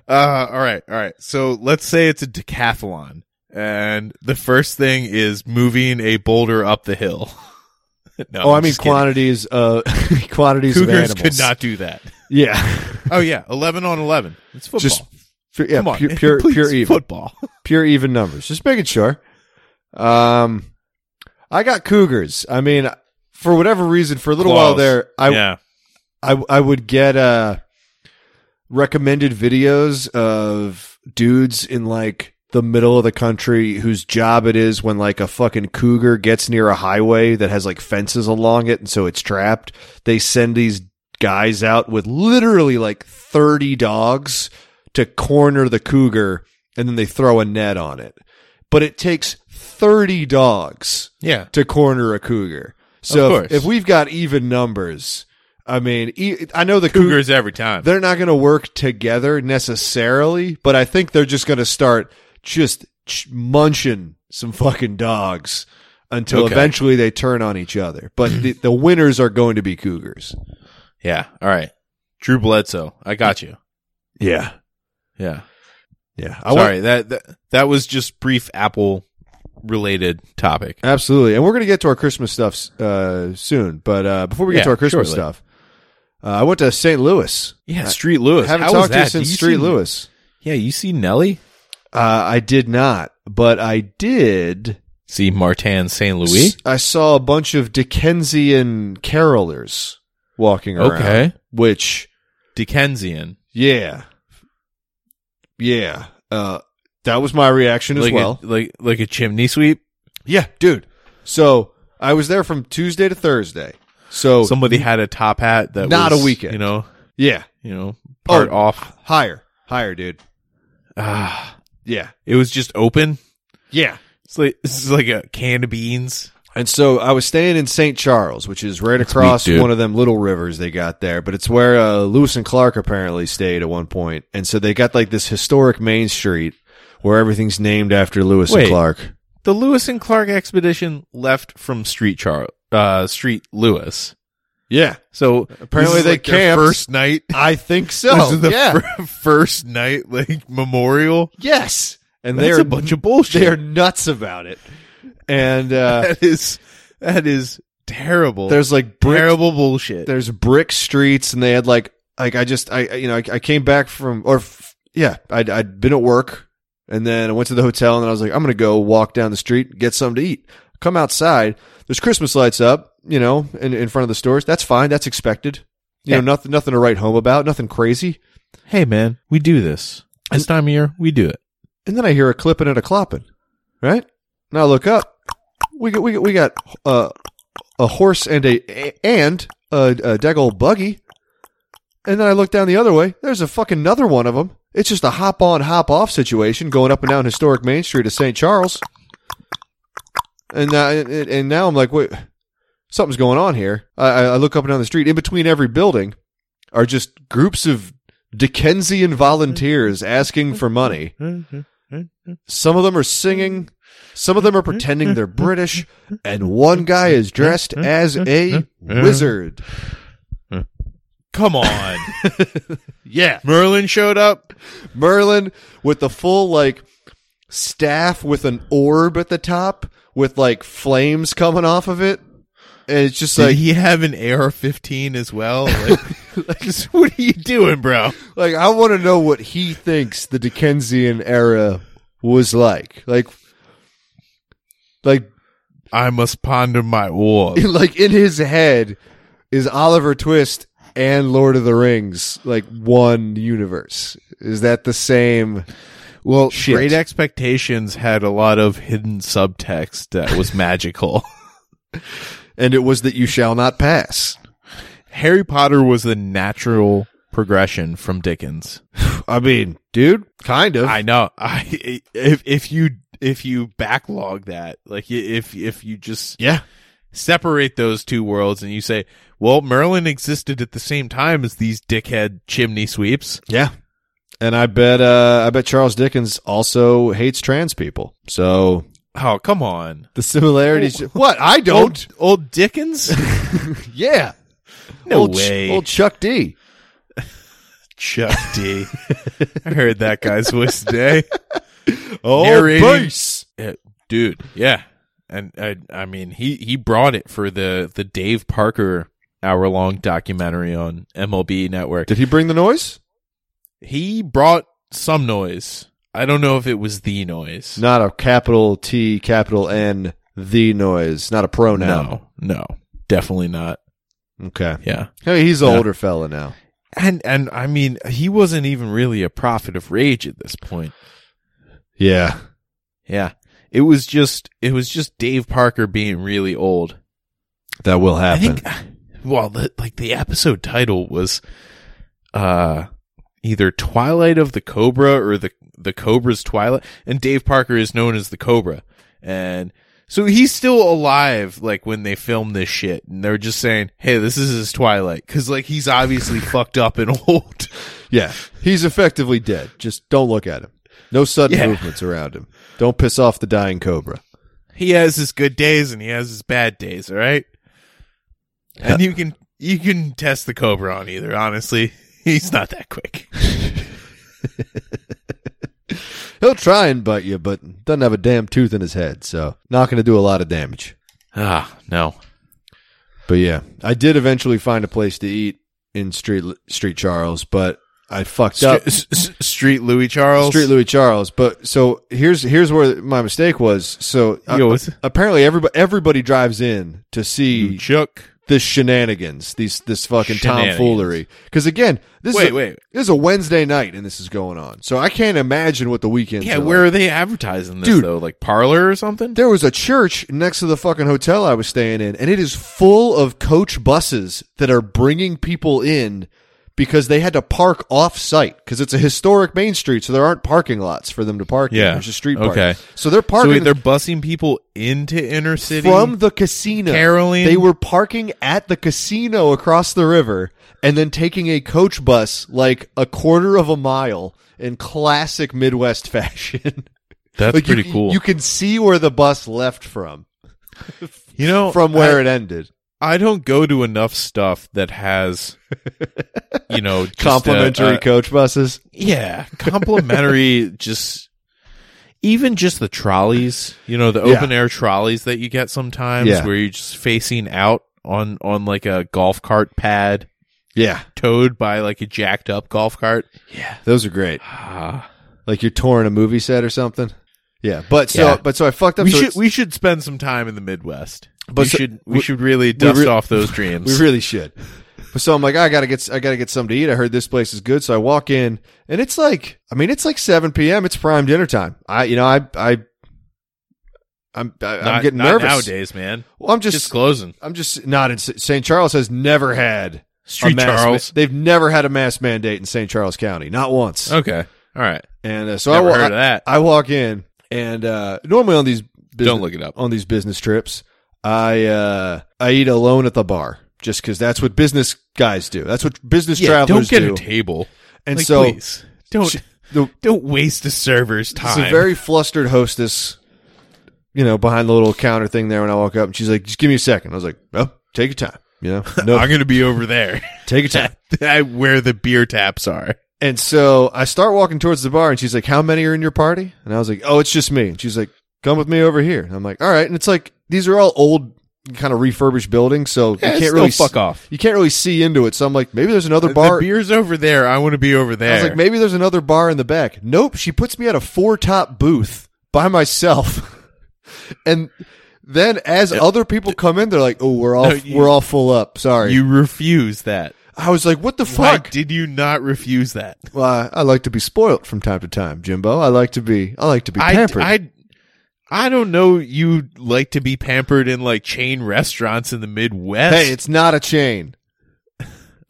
[SPEAKER 1] Uh, all right, all right. So let's say it's a decathlon, and the first thing is moving a boulder up the hill. no,
[SPEAKER 2] oh,
[SPEAKER 1] I'm
[SPEAKER 2] I mean
[SPEAKER 1] just kidding.
[SPEAKER 2] quantities, uh, quantities of
[SPEAKER 1] Cougars
[SPEAKER 2] animals.
[SPEAKER 1] could not do that.
[SPEAKER 2] Yeah,
[SPEAKER 1] Oh yeah, eleven on eleven. It's football.
[SPEAKER 2] Just F- yeah,
[SPEAKER 1] Come on,
[SPEAKER 2] pure, pure,
[SPEAKER 1] Please,
[SPEAKER 2] pure even,
[SPEAKER 1] football.
[SPEAKER 2] pure even numbers. Just making sure. Um, I got cougars. I mean, for whatever reason, for a little while
[SPEAKER 1] Claws.
[SPEAKER 2] there, I
[SPEAKER 1] yeah,
[SPEAKER 2] I I would get uh recommended videos of dudes in like the middle of the country whose job it is when like a fucking cougar gets near a highway that has like fences along it and so it's trapped. They send these guys out with literally like 30 dogs to corner the cougar and then they throw a net on it. But it takes 30 dogs
[SPEAKER 1] yeah.
[SPEAKER 2] to corner a cougar. So
[SPEAKER 1] course.
[SPEAKER 2] if, if we've got even numbers, I mean, e- I know the cougars
[SPEAKER 1] Cougars every time.
[SPEAKER 2] they're not going to work together necessarily, but I think they're just going to start just ch- munching some fucking dogs until
[SPEAKER 1] Okay.
[SPEAKER 2] eventually they turn on each other. But the, the winners are going to be cougars.
[SPEAKER 1] Yeah. All right. Drew Bledsoe. I got you.
[SPEAKER 2] Yeah,
[SPEAKER 1] Yeah.
[SPEAKER 2] yeah. I want-
[SPEAKER 1] Sorry. that, that that was just brief Apple related topic.
[SPEAKER 2] Absolutely. And we're going to get to our Christmas stuff uh, soon. But uh, before we get
[SPEAKER 1] Yeah,
[SPEAKER 2] to our Christmas
[SPEAKER 1] shortly.
[SPEAKER 2] stuff, uh, I went to St. Louis.
[SPEAKER 1] Yeah. Street Lewis.
[SPEAKER 2] haven't
[SPEAKER 1] How was
[SPEAKER 2] talked to you
[SPEAKER 1] that?
[SPEAKER 2] since
[SPEAKER 1] Do you
[SPEAKER 2] Street
[SPEAKER 1] see-
[SPEAKER 2] Lewis.
[SPEAKER 1] Yeah. You see Nelly?
[SPEAKER 2] Uh, I did not, but I did.
[SPEAKER 1] See Martin St. Louis?
[SPEAKER 2] s- I saw a bunch of Dickensian carolers walking around.
[SPEAKER 1] Okay.
[SPEAKER 2] Which,
[SPEAKER 1] Dickensian.
[SPEAKER 2] yeah, yeah. Uh, that was my reaction as
[SPEAKER 1] like
[SPEAKER 2] well.
[SPEAKER 1] A, like like a chimney sweep.
[SPEAKER 2] yeah, dude. So I was there from Tuesday to Thursday. So
[SPEAKER 1] Somebody had a top hat that
[SPEAKER 2] Oh, Not
[SPEAKER 1] was,
[SPEAKER 2] a weekend.
[SPEAKER 1] You know.
[SPEAKER 2] yeah,
[SPEAKER 1] You know. Part
[SPEAKER 2] Oh.
[SPEAKER 1] off.
[SPEAKER 2] higher, higher, dude.
[SPEAKER 1] Ah.
[SPEAKER 2] Yeah,
[SPEAKER 1] It was just open.
[SPEAKER 2] yeah.
[SPEAKER 1] It's like this is like a can of beans.
[SPEAKER 2] And so I was staying in St. Charles, which is right
[SPEAKER 1] That's
[SPEAKER 2] across
[SPEAKER 1] weak, dude.
[SPEAKER 2] one of them little rivers they got there, but it's where uh, Lewis and Clark apparently stayed at one point. And so they got like this historic main street where everything's named after Lewis
[SPEAKER 1] Wait.
[SPEAKER 2] and Clark.
[SPEAKER 1] The Lewis and Clark expedition left from Street Char uh Street Lewis.
[SPEAKER 2] Yeah.
[SPEAKER 1] So
[SPEAKER 2] Apparently
[SPEAKER 1] this is
[SPEAKER 2] they
[SPEAKER 1] like their
[SPEAKER 2] camped.
[SPEAKER 1] first night.
[SPEAKER 2] I think
[SPEAKER 1] this
[SPEAKER 2] so.
[SPEAKER 1] is the
[SPEAKER 2] yeah.
[SPEAKER 1] fir- first night like memorial.
[SPEAKER 2] yes. And
[SPEAKER 1] That's
[SPEAKER 2] they're
[SPEAKER 1] a bunch of
[SPEAKER 2] they're
[SPEAKER 1] bullshit.
[SPEAKER 2] nuts about it. And uh,
[SPEAKER 1] that is that is terrible.
[SPEAKER 2] there's like brick
[SPEAKER 1] terrible bullshit.
[SPEAKER 2] there's brick streets and they had like like i just i I- you know i, I came back from or f- yeah I'd, I'd been at work and then i went to the hotel and i was like i'm gonna go walk down the street get something to eat come outside there's christmas lights up you know in, in front of the stores that's fine that's expected you
[SPEAKER 1] Yeah.
[SPEAKER 2] know nothing nothing to write home about nothing crazy
[SPEAKER 1] hey man, we do this. This time of year, we do it.
[SPEAKER 2] and then i hear a clipping and a clopping right now I look up we got we got, we got uh, a horse and a and a, a Deggle buggy. And then I look down the other way. There's a fucking another one of them. It's just a hop on, hop off situation going up and down historic Main Street of St. Charles. And now, and- and now I'm like, wait, something's going on here. I, I I look up and down the street. In between every building are just groups of Dickensian volunteers asking for money.
[SPEAKER 1] Mm-hmm.
[SPEAKER 2] Some of them are singing. Some of them are pretending they're British. And one guy is dressed as a wizard.
[SPEAKER 1] Come on.
[SPEAKER 2] Yeah.
[SPEAKER 1] Merlin showed up.
[SPEAKER 2] Merlin with the full like staff with an orb at the top with like flames coming off of it. And it's just
[SPEAKER 1] Did
[SPEAKER 2] like
[SPEAKER 1] he have an AR-15 as well? Like, just, what are you doing, bro?
[SPEAKER 2] like I want to know what he thinks the Dickensian era was like. Like like
[SPEAKER 1] I must ponder my war.
[SPEAKER 2] like in his head is Oliver Twist and Lord of the Rings like one universe. Is that the same?
[SPEAKER 1] Well,
[SPEAKER 2] Shit.
[SPEAKER 1] Great Expectations had a lot of hidden subtext that was magical.
[SPEAKER 2] And it was that you shall not pass.
[SPEAKER 1] Harry Potter was the natural progression from Dickens.
[SPEAKER 2] I mean, dude, kind of.
[SPEAKER 1] I know. I if if you if you backlog that, like i- if if you just
[SPEAKER 2] yeah.
[SPEAKER 1] separate those two worlds and you say, well, Merlin existed at the same time as these dickhead chimney sweeps.
[SPEAKER 2] Yeah. And I bet uh I bet Charles Dickens also hates trans people. So
[SPEAKER 1] Oh, come on.
[SPEAKER 2] the similarities What? I
[SPEAKER 1] Old, old Dickens?
[SPEAKER 2] yeah.
[SPEAKER 1] No
[SPEAKER 2] old Ch-
[SPEAKER 1] way.
[SPEAKER 2] old Chuck D.
[SPEAKER 1] Chuck D. I heard that guy's voice today.
[SPEAKER 2] Oh,
[SPEAKER 1] Narrating-
[SPEAKER 2] base.
[SPEAKER 1] dude. Yeah, and I, I mean, he he brought it for the the Dave Parker hour long documentary on MLB Network.
[SPEAKER 2] Did he bring the noise?
[SPEAKER 1] He brought some noise. I don't know if it was the noise.
[SPEAKER 2] Not a capital T, capital N, the noise. Not a pronoun.
[SPEAKER 1] no, no, definitely not.
[SPEAKER 2] Okay.
[SPEAKER 1] Yeah,
[SPEAKER 2] Hey, he's an
[SPEAKER 1] Yeah.
[SPEAKER 2] older fella now.
[SPEAKER 1] and and I mean, he wasn't even really a prophet of rage at this point.
[SPEAKER 2] Yeah.
[SPEAKER 1] Yeah, it was just it was just Dave Parker being really old.
[SPEAKER 2] That will
[SPEAKER 1] I
[SPEAKER 2] happen.
[SPEAKER 1] think, well, the, like the episode title was, uh, either Twilight of the Cobra or the the Cobra's Twilight, and Dave Parker is known as the Cobra, and so he's still alive. Like when they filmed this shit, and they're just saying, "Hey, this is his Twilight," because like he's obviously fucked up and old.
[SPEAKER 2] yeah. He's effectively dead. Just don't look at him. No sudden
[SPEAKER 1] Yeah.
[SPEAKER 2] movements around him. Don't piss off the dying cobra.
[SPEAKER 1] He has his good days and he has his bad days. All right, and you can you can test the Cobra on either. Honestly, he's not that quick.
[SPEAKER 2] He'll try and bite you, but doesn't have a damn tooth in his head, so not going to do a lot of damage.
[SPEAKER 1] Ah, no.
[SPEAKER 2] But yeah, I did eventually find a place to eat in Street Street Charles, but I fucked up.
[SPEAKER 1] Stre- s- s- Street Louis Charles.
[SPEAKER 2] Street Louis Charles. But so here's here's where my mistake was. So uh,
[SPEAKER 1] Yo, what's-
[SPEAKER 2] apparently everybody everybody drives in to see
[SPEAKER 1] Chuck.
[SPEAKER 2] this shenanigans, these this fucking
[SPEAKER 1] Shenanigans.
[SPEAKER 2] tomfoolery. Because again, this
[SPEAKER 1] Wait,
[SPEAKER 2] is a,
[SPEAKER 1] wait.
[SPEAKER 2] this is a Wednesday night and this is going on. So I can't imagine what the weekends.
[SPEAKER 1] Yeah,
[SPEAKER 2] are
[SPEAKER 1] where
[SPEAKER 2] like.
[SPEAKER 1] are they advertising this
[SPEAKER 2] Dude.
[SPEAKER 1] though? Like parlor or something?
[SPEAKER 2] There was a church next to the fucking hotel I was staying in, and it is full of coach buses that are bringing people in because they had to park off site because it's a historic main street, so there aren't parking lots for them to park. in.
[SPEAKER 1] Yeah.
[SPEAKER 2] there's a street park.
[SPEAKER 1] Okay.
[SPEAKER 2] So they're
[SPEAKER 1] so
[SPEAKER 2] parking
[SPEAKER 1] wait, they're busing people into inner city
[SPEAKER 2] from the casino.
[SPEAKER 1] Caroline?
[SPEAKER 2] They were parking at the casino across the river and then taking a coach bus like a quarter of a mile in classic Midwest fashion.
[SPEAKER 1] That's
[SPEAKER 2] Like, you-
[SPEAKER 1] pretty cool.
[SPEAKER 2] You
[SPEAKER 1] You,
[SPEAKER 2] can see where the bus left from.
[SPEAKER 1] know,
[SPEAKER 2] from where
[SPEAKER 1] Oh, I,
[SPEAKER 2] it ended.
[SPEAKER 1] I don't go to enough stuff that has, you know, just uh, a-
[SPEAKER 2] Complimentary
[SPEAKER 1] a-
[SPEAKER 2] coach buses.
[SPEAKER 1] yeah, complimentary. just even just the trolleys, you know, the
[SPEAKER 2] Yeah.
[SPEAKER 1] open air trolleys that you get sometimes,
[SPEAKER 2] Yeah.
[SPEAKER 1] where you're just facing out on on like a golf cart pad,
[SPEAKER 2] Yeah,
[SPEAKER 1] towed by like a jacked up golf cart.
[SPEAKER 2] those are great.
[SPEAKER 1] Ah.
[SPEAKER 2] Like you're touring a movie set or something. Yeah, but so
[SPEAKER 1] Yeah.
[SPEAKER 2] but so I fucked up.
[SPEAKER 1] we
[SPEAKER 2] so
[SPEAKER 1] should
[SPEAKER 2] it's-
[SPEAKER 1] we should spend some time in the Midwest.
[SPEAKER 2] But
[SPEAKER 1] we
[SPEAKER 2] so-
[SPEAKER 1] should we,
[SPEAKER 2] we-
[SPEAKER 1] should really dust
[SPEAKER 2] re-
[SPEAKER 1] off those dreams.
[SPEAKER 2] we really should. But so I'm like, "Ah, I gotta get I gotta get something to eat. I heard this place is good, so I walk in and it's like I mean it's like 7 p.m. It's prime dinner time. I you know I I I'm I, I'm
[SPEAKER 1] Not-
[SPEAKER 2] getting
[SPEAKER 1] not
[SPEAKER 2] nervous.
[SPEAKER 1] nowadays, man.
[SPEAKER 2] Well, I'm just,
[SPEAKER 1] Disclosing
[SPEAKER 2] I'm just not in St. Charles has never had a
[SPEAKER 1] Street
[SPEAKER 2] mass
[SPEAKER 1] Charles.
[SPEAKER 2] ma- they've never had a mass mandate in St. Charles County, not once.
[SPEAKER 1] okay, all right.
[SPEAKER 2] And uh, so I,
[SPEAKER 1] Never
[SPEAKER 2] wa-
[SPEAKER 1] heard
[SPEAKER 2] I,
[SPEAKER 1] of that.
[SPEAKER 2] I walk in and uh, normally on these business,
[SPEAKER 1] Don't look it up.
[SPEAKER 2] on these business trips, I uh, I eat alone at the bar just because that's what business guys do. That's what business
[SPEAKER 1] Yeah, don't
[SPEAKER 2] travelers
[SPEAKER 1] get
[SPEAKER 2] do.
[SPEAKER 1] a table.
[SPEAKER 2] and
[SPEAKER 1] Like,
[SPEAKER 2] so
[SPEAKER 1] please, don't
[SPEAKER 2] she- the,
[SPEAKER 1] don't waste a server's
[SPEAKER 2] it's
[SPEAKER 1] time.
[SPEAKER 2] a very flustered hostess, you know, behind the little counter thing there. When I walk up, and she's like, "Just give me a second. I was like, "Oh, take your time. You know, no,
[SPEAKER 1] I'm gonna be over there,
[SPEAKER 2] take your time."
[SPEAKER 1] I- where the beer taps are.
[SPEAKER 2] And so I start walking towards the bar, and she's like, "How many are in your party?" And I was like, "Oh, it's just me." And she's like, "Come with me over here." And I'm like, "All right." And it's like these are all old, kind of refurbished buildings, so
[SPEAKER 1] Yeah,
[SPEAKER 2] you can't
[SPEAKER 1] still
[SPEAKER 2] really
[SPEAKER 1] fuck off.
[SPEAKER 2] You can't really see into it. So I'm like, maybe there's another bar.
[SPEAKER 1] The beer's over there. I want to be over there.
[SPEAKER 2] I was like, maybe there's another bar in the back. Nope. She puts me at a four top booth by myself, and then as other people come in, they're like, "Oh, we're all
[SPEAKER 1] No, you-
[SPEAKER 2] we're all full up." Sorry.
[SPEAKER 1] you refuse that.
[SPEAKER 2] I was like, "What the
[SPEAKER 1] Why
[SPEAKER 2] fuck?"
[SPEAKER 1] did you not refuse that?
[SPEAKER 2] Well, I, I like to be spoilt from time to time, Jimbo. I like to be I like to be
[SPEAKER 1] I,
[SPEAKER 2] pampered.
[SPEAKER 1] I, I don't know. You like to be pampered in like chain restaurants in the Midwest.
[SPEAKER 2] hey, it's not a chain.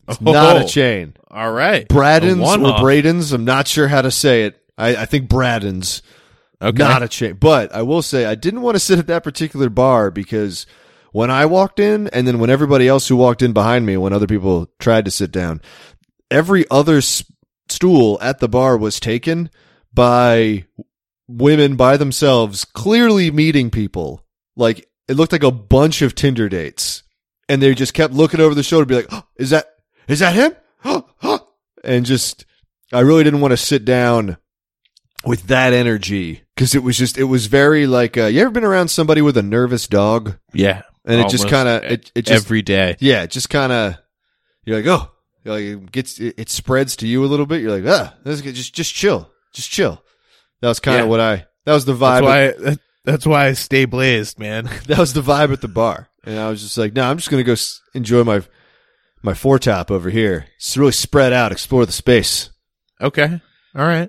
[SPEAKER 2] It's not a chain.
[SPEAKER 1] All right,
[SPEAKER 2] Braddens
[SPEAKER 1] A
[SPEAKER 2] or
[SPEAKER 1] Oh. one-off.
[SPEAKER 2] Bradens. I'm not sure how to say it. I, I think Braddens.
[SPEAKER 1] Okay.
[SPEAKER 2] Not a chain. But I will say I didn't want to sit at that particular bar because when I walked in and then when everybody else who walked in behind me, when other people tried to sit down, every other s- stool at the bar was taken by women by themselves, clearly meeting people. Like it looked like a bunch of Tinder dates. And they just kept looking over the shoulder, be like, oh, is that, is that him? Oh, oh. and just I really didn't want to sit down with that energy because it was just it was very like uh, you ever been around somebody with a nervous dog
[SPEAKER 1] Yeah.
[SPEAKER 2] and it just
[SPEAKER 1] Almost e-
[SPEAKER 2] kind of it it just
[SPEAKER 1] Every day.
[SPEAKER 2] yeah it just kind of you're like oh you're like, it gets it, it spreads to you a little bit you're like ah this is good. just just chill just chill that was kind of
[SPEAKER 1] Yeah.
[SPEAKER 2] what I that was the vibe
[SPEAKER 1] That's why. that- that's why I stay blazed, man.
[SPEAKER 2] that was the vibe at the bar, and I was just like, "No, I'm just gonna go s- enjoy my my foretop over here. It's really spread out, explore the space."
[SPEAKER 1] Okay. All right.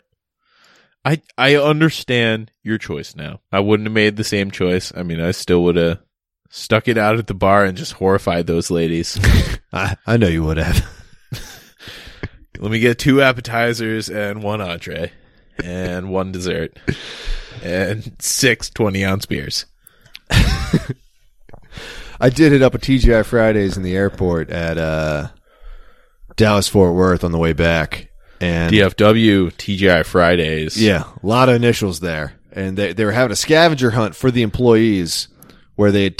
[SPEAKER 1] I I understand your choice now. I wouldn't have made the same choice. I mean, I still would have stuck it out at the bar and just horrified those ladies.
[SPEAKER 2] I I know you would have.
[SPEAKER 1] Let me get two appetizers and one entree and one dessert and six 20 ounce beers.
[SPEAKER 2] I did hit up a TGI Fridays in the airport at uh, Dallas Fort Worth on the way back, and
[SPEAKER 1] DFW TGI Fridays.
[SPEAKER 2] yeah, a lot of initials there, and they they were having a scavenger hunt for the employees where they had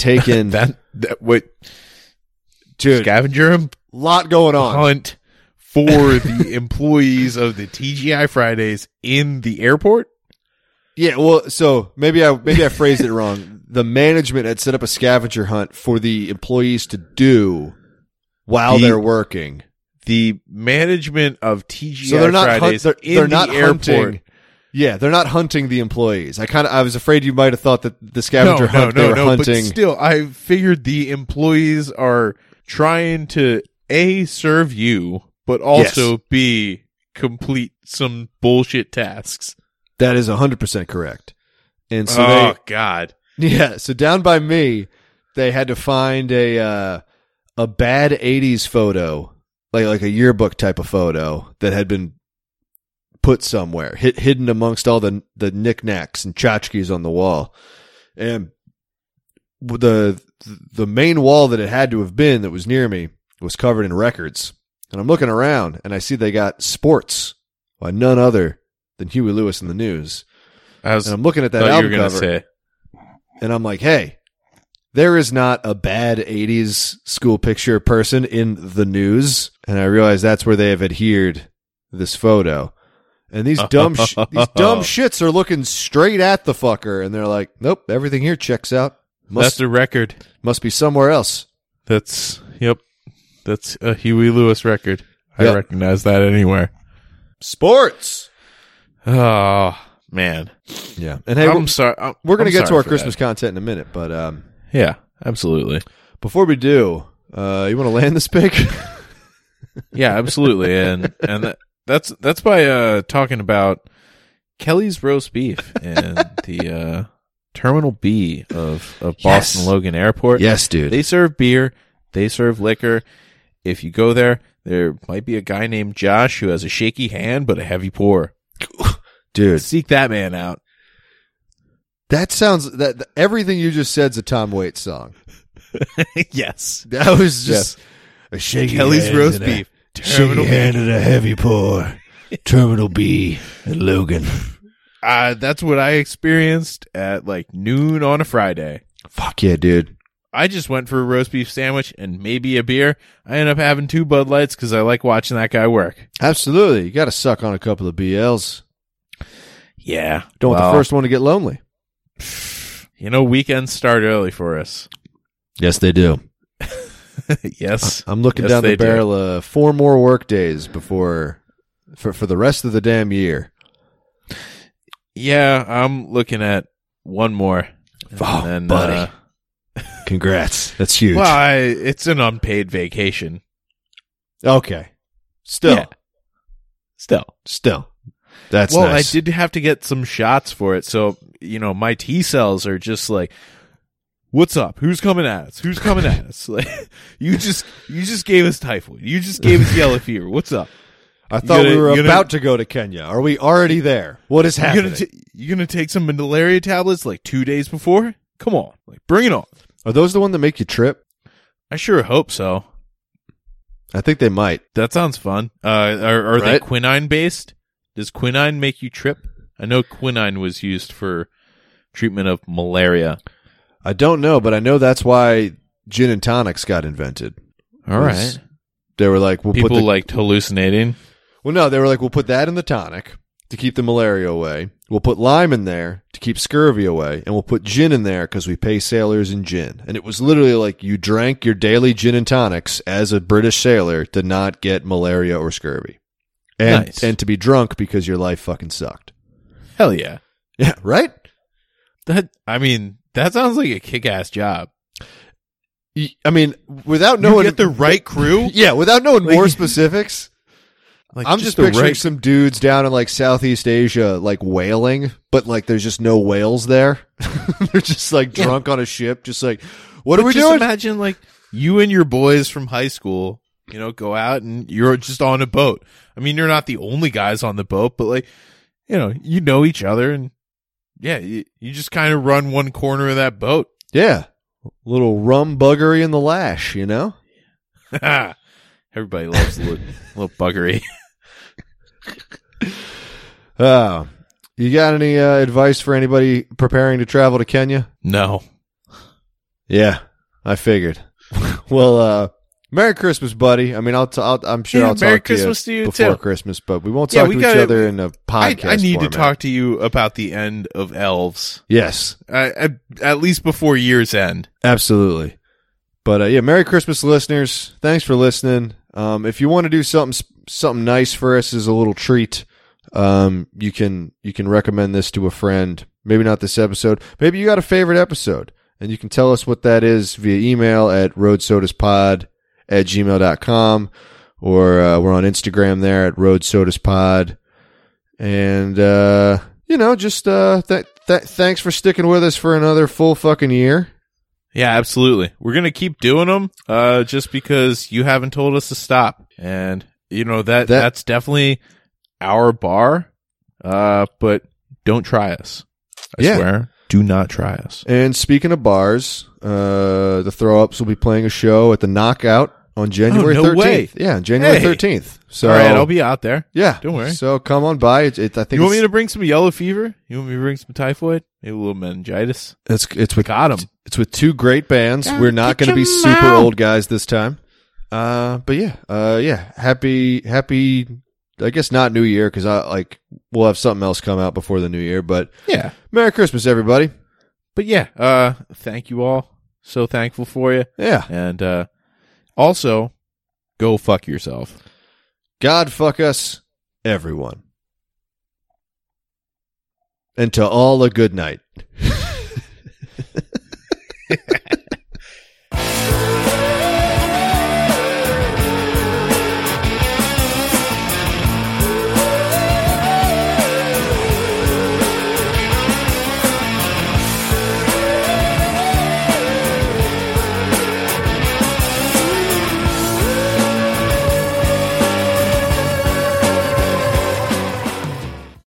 [SPEAKER 2] taken
[SPEAKER 1] That, that what
[SPEAKER 2] dude,
[SPEAKER 1] scavenger hunt
[SPEAKER 2] lot going on.
[SPEAKER 1] hunt for the employees of the TGI Fridays in the airport.
[SPEAKER 2] Yeah, well, so maybe I maybe I phrased it wrong. The management had set up a scavenger hunt for the employees to do while
[SPEAKER 1] The-
[SPEAKER 2] they're working.
[SPEAKER 1] The management of TGI
[SPEAKER 2] So they're not hunt-
[SPEAKER 1] Fridays
[SPEAKER 2] they're,
[SPEAKER 1] in
[SPEAKER 2] they're
[SPEAKER 1] the
[SPEAKER 2] not
[SPEAKER 1] airport.
[SPEAKER 2] hunting. Yeah, they're not hunting the employees. I kind of I was afraid you might have thought that the
[SPEAKER 1] No,
[SPEAKER 2] scavenger
[SPEAKER 1] no,
[SPEAKER 2] hunt they
[SPEAKER 1] no,
[SPEAKER 2] were
[SPEAKER 1] no. But
[SPEAKER 2] hunting.
[SPEAKER 1] still, I figured the employees are trying to a serve you, but also b complete some bullshit tasks.
[SPEAKER 2] that is 100% correct. And so they
[SPEAKER 1] oh God!
[SPEAKER 2] Yeah, so down by me, they had to find a uh, a bad '80s photo, like like a yearbook type of photo that had been put somewhere, hid, hidden amongst all the the knickknacks and tchotchkes on the wall, and the the main wall that it had to have been that was near me was covered in records, and I'm looking around and I see they got sports by none other than Huey Lewis in the news,
[SPEAKER 1] I was
[SPEAKER 2] and I'm looking at Um, that
[SPEAKER 1] thought you
[SPEAKER 2] album
[SPEAKER 1] were gonna
[SPEAKER 2] cover
[SPEAKER 1] say
[SPEAKER 2] and I'm like, hey, there is not a bad 80s school picture person in the news. And I realize that's where they have adhered this photo. And these dumb sh- these dumb shits are looking straight at the fucker and they're like, nope, everything here checks out.
[SPEAKER 1] that's
[SPEAKER 2] Must
[SPEAKER 1] a record.
[SPEAKER 2] must be somewhere else.
[SPEAKER 1] That's yep. That's a Huey Lewis record. I
[SPEAKER 2] Yep.
[SPEAKER 1] recognize that anywhere.
[SPEAKER 2] Sports.
[SPEAKER 1] Oh man!
[SPEAKER 2] Yeah. And hey,
[SPEAKER 1] I'm
[SPEAKER 2] we're,
[SPEAKER 1] sorry. I'm-
[SPEAKER 2] we're going to
[SPEAKER 1] I'm
[SPEAKER 2] get to
[SPEAKER 1] sorry
[SPEAKER 2] our
[SPEAKER 1] for
[SPEAKER 2] Christmas content in a minute, but um
[SPEAKER 1] that. Yeah, absolutely.
[SPEAKER 2] before we do, uh you want to land this pick?
[SPEAKER 1] Yeah, absolutely. And and that, that's that's by uh talking about Kelly's roast beef and the uh Terminal B of of Boston
[SPEAKER 2] Yes.
[SPEAKER 1] Logan Airport.
[SPEAKER 2] yes, dude.
[SPEAKER 1] They serve beer, they serve liquor. If you go there, there might be a guy named Josh who has a shaky hand but a heavy pour.
[SPEAKER 2] Dude.
[SPEAKER 1] Seek that man out.
[SPEAKER 2] That sounds that that- everything you just said's a Tom Waits song.
[SPEAKER 1] yes.
[SPEAKER 2] That was just a shaky
[SPEAKER 1] Kelly's
[SPEAKER 2] hand
[SPEAKER 1] roast
[SPEAKER 2] and a-
[SPEAKER 1] beef. Terminal B.
[SPEAKER 2] and a heavy pour. Terminal B and Logan.
[SPEAKER 1] Uh, that's what I experienced at like noon on a Friday.
[SPEAKER 2] Fuck yeah, dude.
[SPEAKER 1] I just went for a roast beef sandwich and maybe a beer. I end up having two Bud Lights because I like watching that guy work.
[SPEAKER 2] Absolutely. You got to suck on a couple of BLs.
[SPEAKER 1] Yeah.
[SPEAKER 2] Don't want
[SPEAKER 1] Well,
[SPEAKER 2] the first one to get lonely.
[SPEAKER 1] You know, weekends start early for us.
[SPEAKER 2] Yes, they do.
[SPEAKER 1] yes.
[SPEAKER 2] I'm looking
[SPEAKER 1] Yes,
[SPEAKER 2] down
[SPEAKER 1] they
[SPEAKER 2] the
[SPEAKER 1] do.
[SPEAKER 2] barrel of four more work days before for for the rest of the damn year.
[SPEAKER 1] Yeah, I'm looking at one more. And
[SPEAKER 2] Oh, buddy.
[SPEAKER 1] uh,
[SPEAKER 2] Congrats. That's huge.
[SPEAKER 1] well, I, it's an unpaid vacation.
[SPEAKER 2] Okay. Still.
[SPEAKER 1] Yeah. Still.
[SPEAKER 2] Still. That's
[SPEAKER 1] well,
[SPEAKER 2] nice.
[SPEAKER 1] I did have to get some shots for it. So, you know, my T cells are just like, what's up? Who's coming at us? Who's coming at us? Like, you just, you just gave us typhoid. You just gave us yellow fever. What's up?
[SPEAKER 2] I thought
[SPEAKER 1] gonna-
[SPEAKER 2] we were
[SPEAKER 1] you gonna-
[SPEAKER 2] about to go to Kenya. Are we already there? What is
[SPEAKER 1] You
[SPEAKER 2] happening?
[SPEAKER 1] gonna, ta- you gonna take some malaria tablets like two days before? Come on. Like, bring it on.
[SPEAKER 2] Are those the one that make you trip?
[SPEAKER 1] I sure hope so.
[SPEAKER 2] I think they might.
[SPEAKER 1] That sounds fun. Uh, are, are they
[SPEAKER 2] Right?
[SPEAKER 1] quinine based? Does quinine make you trip? I know quinine was used for treatment of malaria.
[SPEAKER 2] I don't know, but I know that's why gin and tonics got invented.
[SPEAKER 1] All
[SPEAKER 2] Was- They were like, we'll
[SPEAKER 1] People
[SPEAKER 2] put the,
[SPEAKER 1] liked hallucinating.
[SPEAKER 2] Well, no, they were like, we'll put that in the tonic to keep the malaria away. We'll put lime in there to keep scurvy away, and we'll put gin in there because we pay sailors in gin. And it was literally like you drank your daily gin and tonics as a British sailor to not get malaria or scurvy, and
[SPEAKER 1] Nice.
[SPEAKER 2] and to be drunk because your life fucking sucked.
[SPEAKER 1] Hell yeah.
[SPEAKER 2] Yeah, right.
[SPEAKER 1] That I mean, that sounds like a kick ass job.
[SPEAKER 2] Y- I mean, without
[SPEAKER 1] No,
[SPEAKER 2] knowing
[SPEAKER 1] you get the right crew.
[SPEAKER 2] yeah, without knowing
[SPEAKER 1] Like-
[SPEAKER 2] more specifics.
[SPEAKER 1] Like,
[SPEAKER 2] I'm just,
[SPEAKER 1] the
[SPEAKER 2] picturing
[SPEAKER 1] right-
[SPEAKER 2] some dudes down in like Southeast Asia, like whaling, but like there's just no whales there. They're just like
[SPEAKER 1] Yeah.
[SPEAKER 2] drunk on a ship, just like, what are
[SPEAKER 1] But
[SPEAKER 2] we
[SPEAKER 1] just
[SPEAKER 2] doing?
[SPEAKER 1] Imagine like you and your boys from high school, you know, go out and you're just on a boat. I mean, you're not the only guys on the boat, but like, you know, you know each other and yeah, you, you just kind of run one corner of that boat.
[SPEAKER 2] yeah. Little rum buggery in the lash, you know?
[SPEAKER 1] Everybody loves a little, little buggery.
[SPEAKER 2] Uh, you got any uh, advice for anybody preparing to travel to Kenya?
[SPEAKER 1] No.
[SPEAKER 2] Yeah, I figured. well, uh, Merry Christmas, buddy. I mean, I'll t- I'll, I'm sure
[SPEAKER 1] Yeah,
[SPEAKER 2] I'll
[SPEAKER 1] Merry
[SPEAKER 2] talk to
[SPEAKER 1] Christmas to
[SPEAKER 2] you
[SPEAKER 1] you,
[SPEAKER 2] before
[SPEAKER 1] too.
[SPEAKER 2] Christmas, but we won't
[SPEAKER 1] Yeah,
[SPEAKER 2] talk
[SPEAKER 1] we
[SPEAKER 2] to each
[SPEAKER 1] gotta-
[SPEAKER 2] other in a
[SPEAKER 1] I,
[SPEAKER 2] podcast.
[SPEAKER 1] I need
[SPEAKER 2] format.
[SPEAKER 1] to talk to you about the end of Elves,
[SPEAKER 2] Yes.
[SPEAKER 1] I, I, Uh, at least before year's end.
[SPEAKER 2] Absolutely. But uh, yeah, Merry Christmas, listeners. Thanks for listening. Um, if you want to do something something nice for us as a little treat, um, you can you can recommend this to a friend. Maybe not this episode. Maybe you got a favorite episode, and you can tell us what that is via email at roadsodaspod at gmail.com or uh, we're on Instagram there at roadsodaspod. And uh, you know, just uh, th- th- thanks for sticking with us for another full fucking year.
[SPEAKER 1] Yeah, absolutely. We're going to keep doing them uh, just because you haven't told us to stop. And, you know, that,
[SPEAKER 2] That-
[SPEAKER 1] that's definitely our bar. Uh, but don't try us. I
[SPEAKER 2] Yeah.
[SPEAKER 1] swear. Do not try us.
[SPEAKER 2] And speaking of bars, uh, the Throw Ups will be playing a show at the Knockout on January
[SPEAKER 1] Oh, no
[SPEAKER 2] 13th.
[SPEAKER 1] way.
[SPEAKER 2] Yeah, January
[SPEAKER 1] Hey.
[SPEAKER 2] 13th. So
[SPEAKER 1] All right, I'll be out there.
[SPEAKER 2] yeah,
[SPEAKER 1] Don't worry.
[SPEAKER 2] So come on by. It, it, I think
[SPEAKER 1] You want me
[SPEAKER 2] it's,
[SPEAKER 1] to bring some yellow fever? You want me to bring some typhoid? Maybe a little meningitis?
[SPEAKER 2] it's it's with
[SPEAKER 1] Got him.
[SPEAKER 2] it's with two great bands.
[SPEAKER 1] Don't
[SPEAKER 2] We're not
[SPEAKER 1] get
[SPEAKER 2] going to be
[SPEAKER 1] your
[SPEAKER 2] super
[SPEAKER 1] mouth.
[SPEAKER 2] old guys this time. Uh, but yeah, uh, yeah. Happy happy. I guess not New Year because I like we'll have something else come out before the New Year. But
[SPEAKER 1] Yeah.
[SPEAKER 2] Merry Christmas, everybody.
[SPEAKER 1] But yeah, uh, thank you all. So thankful for you.
[SPEAKER 2] Yeah,
[SPEAKER 1] And uh, also, go fuck yourself.
[SPEAKER 2] God fuck us, everyone. And to all a good night.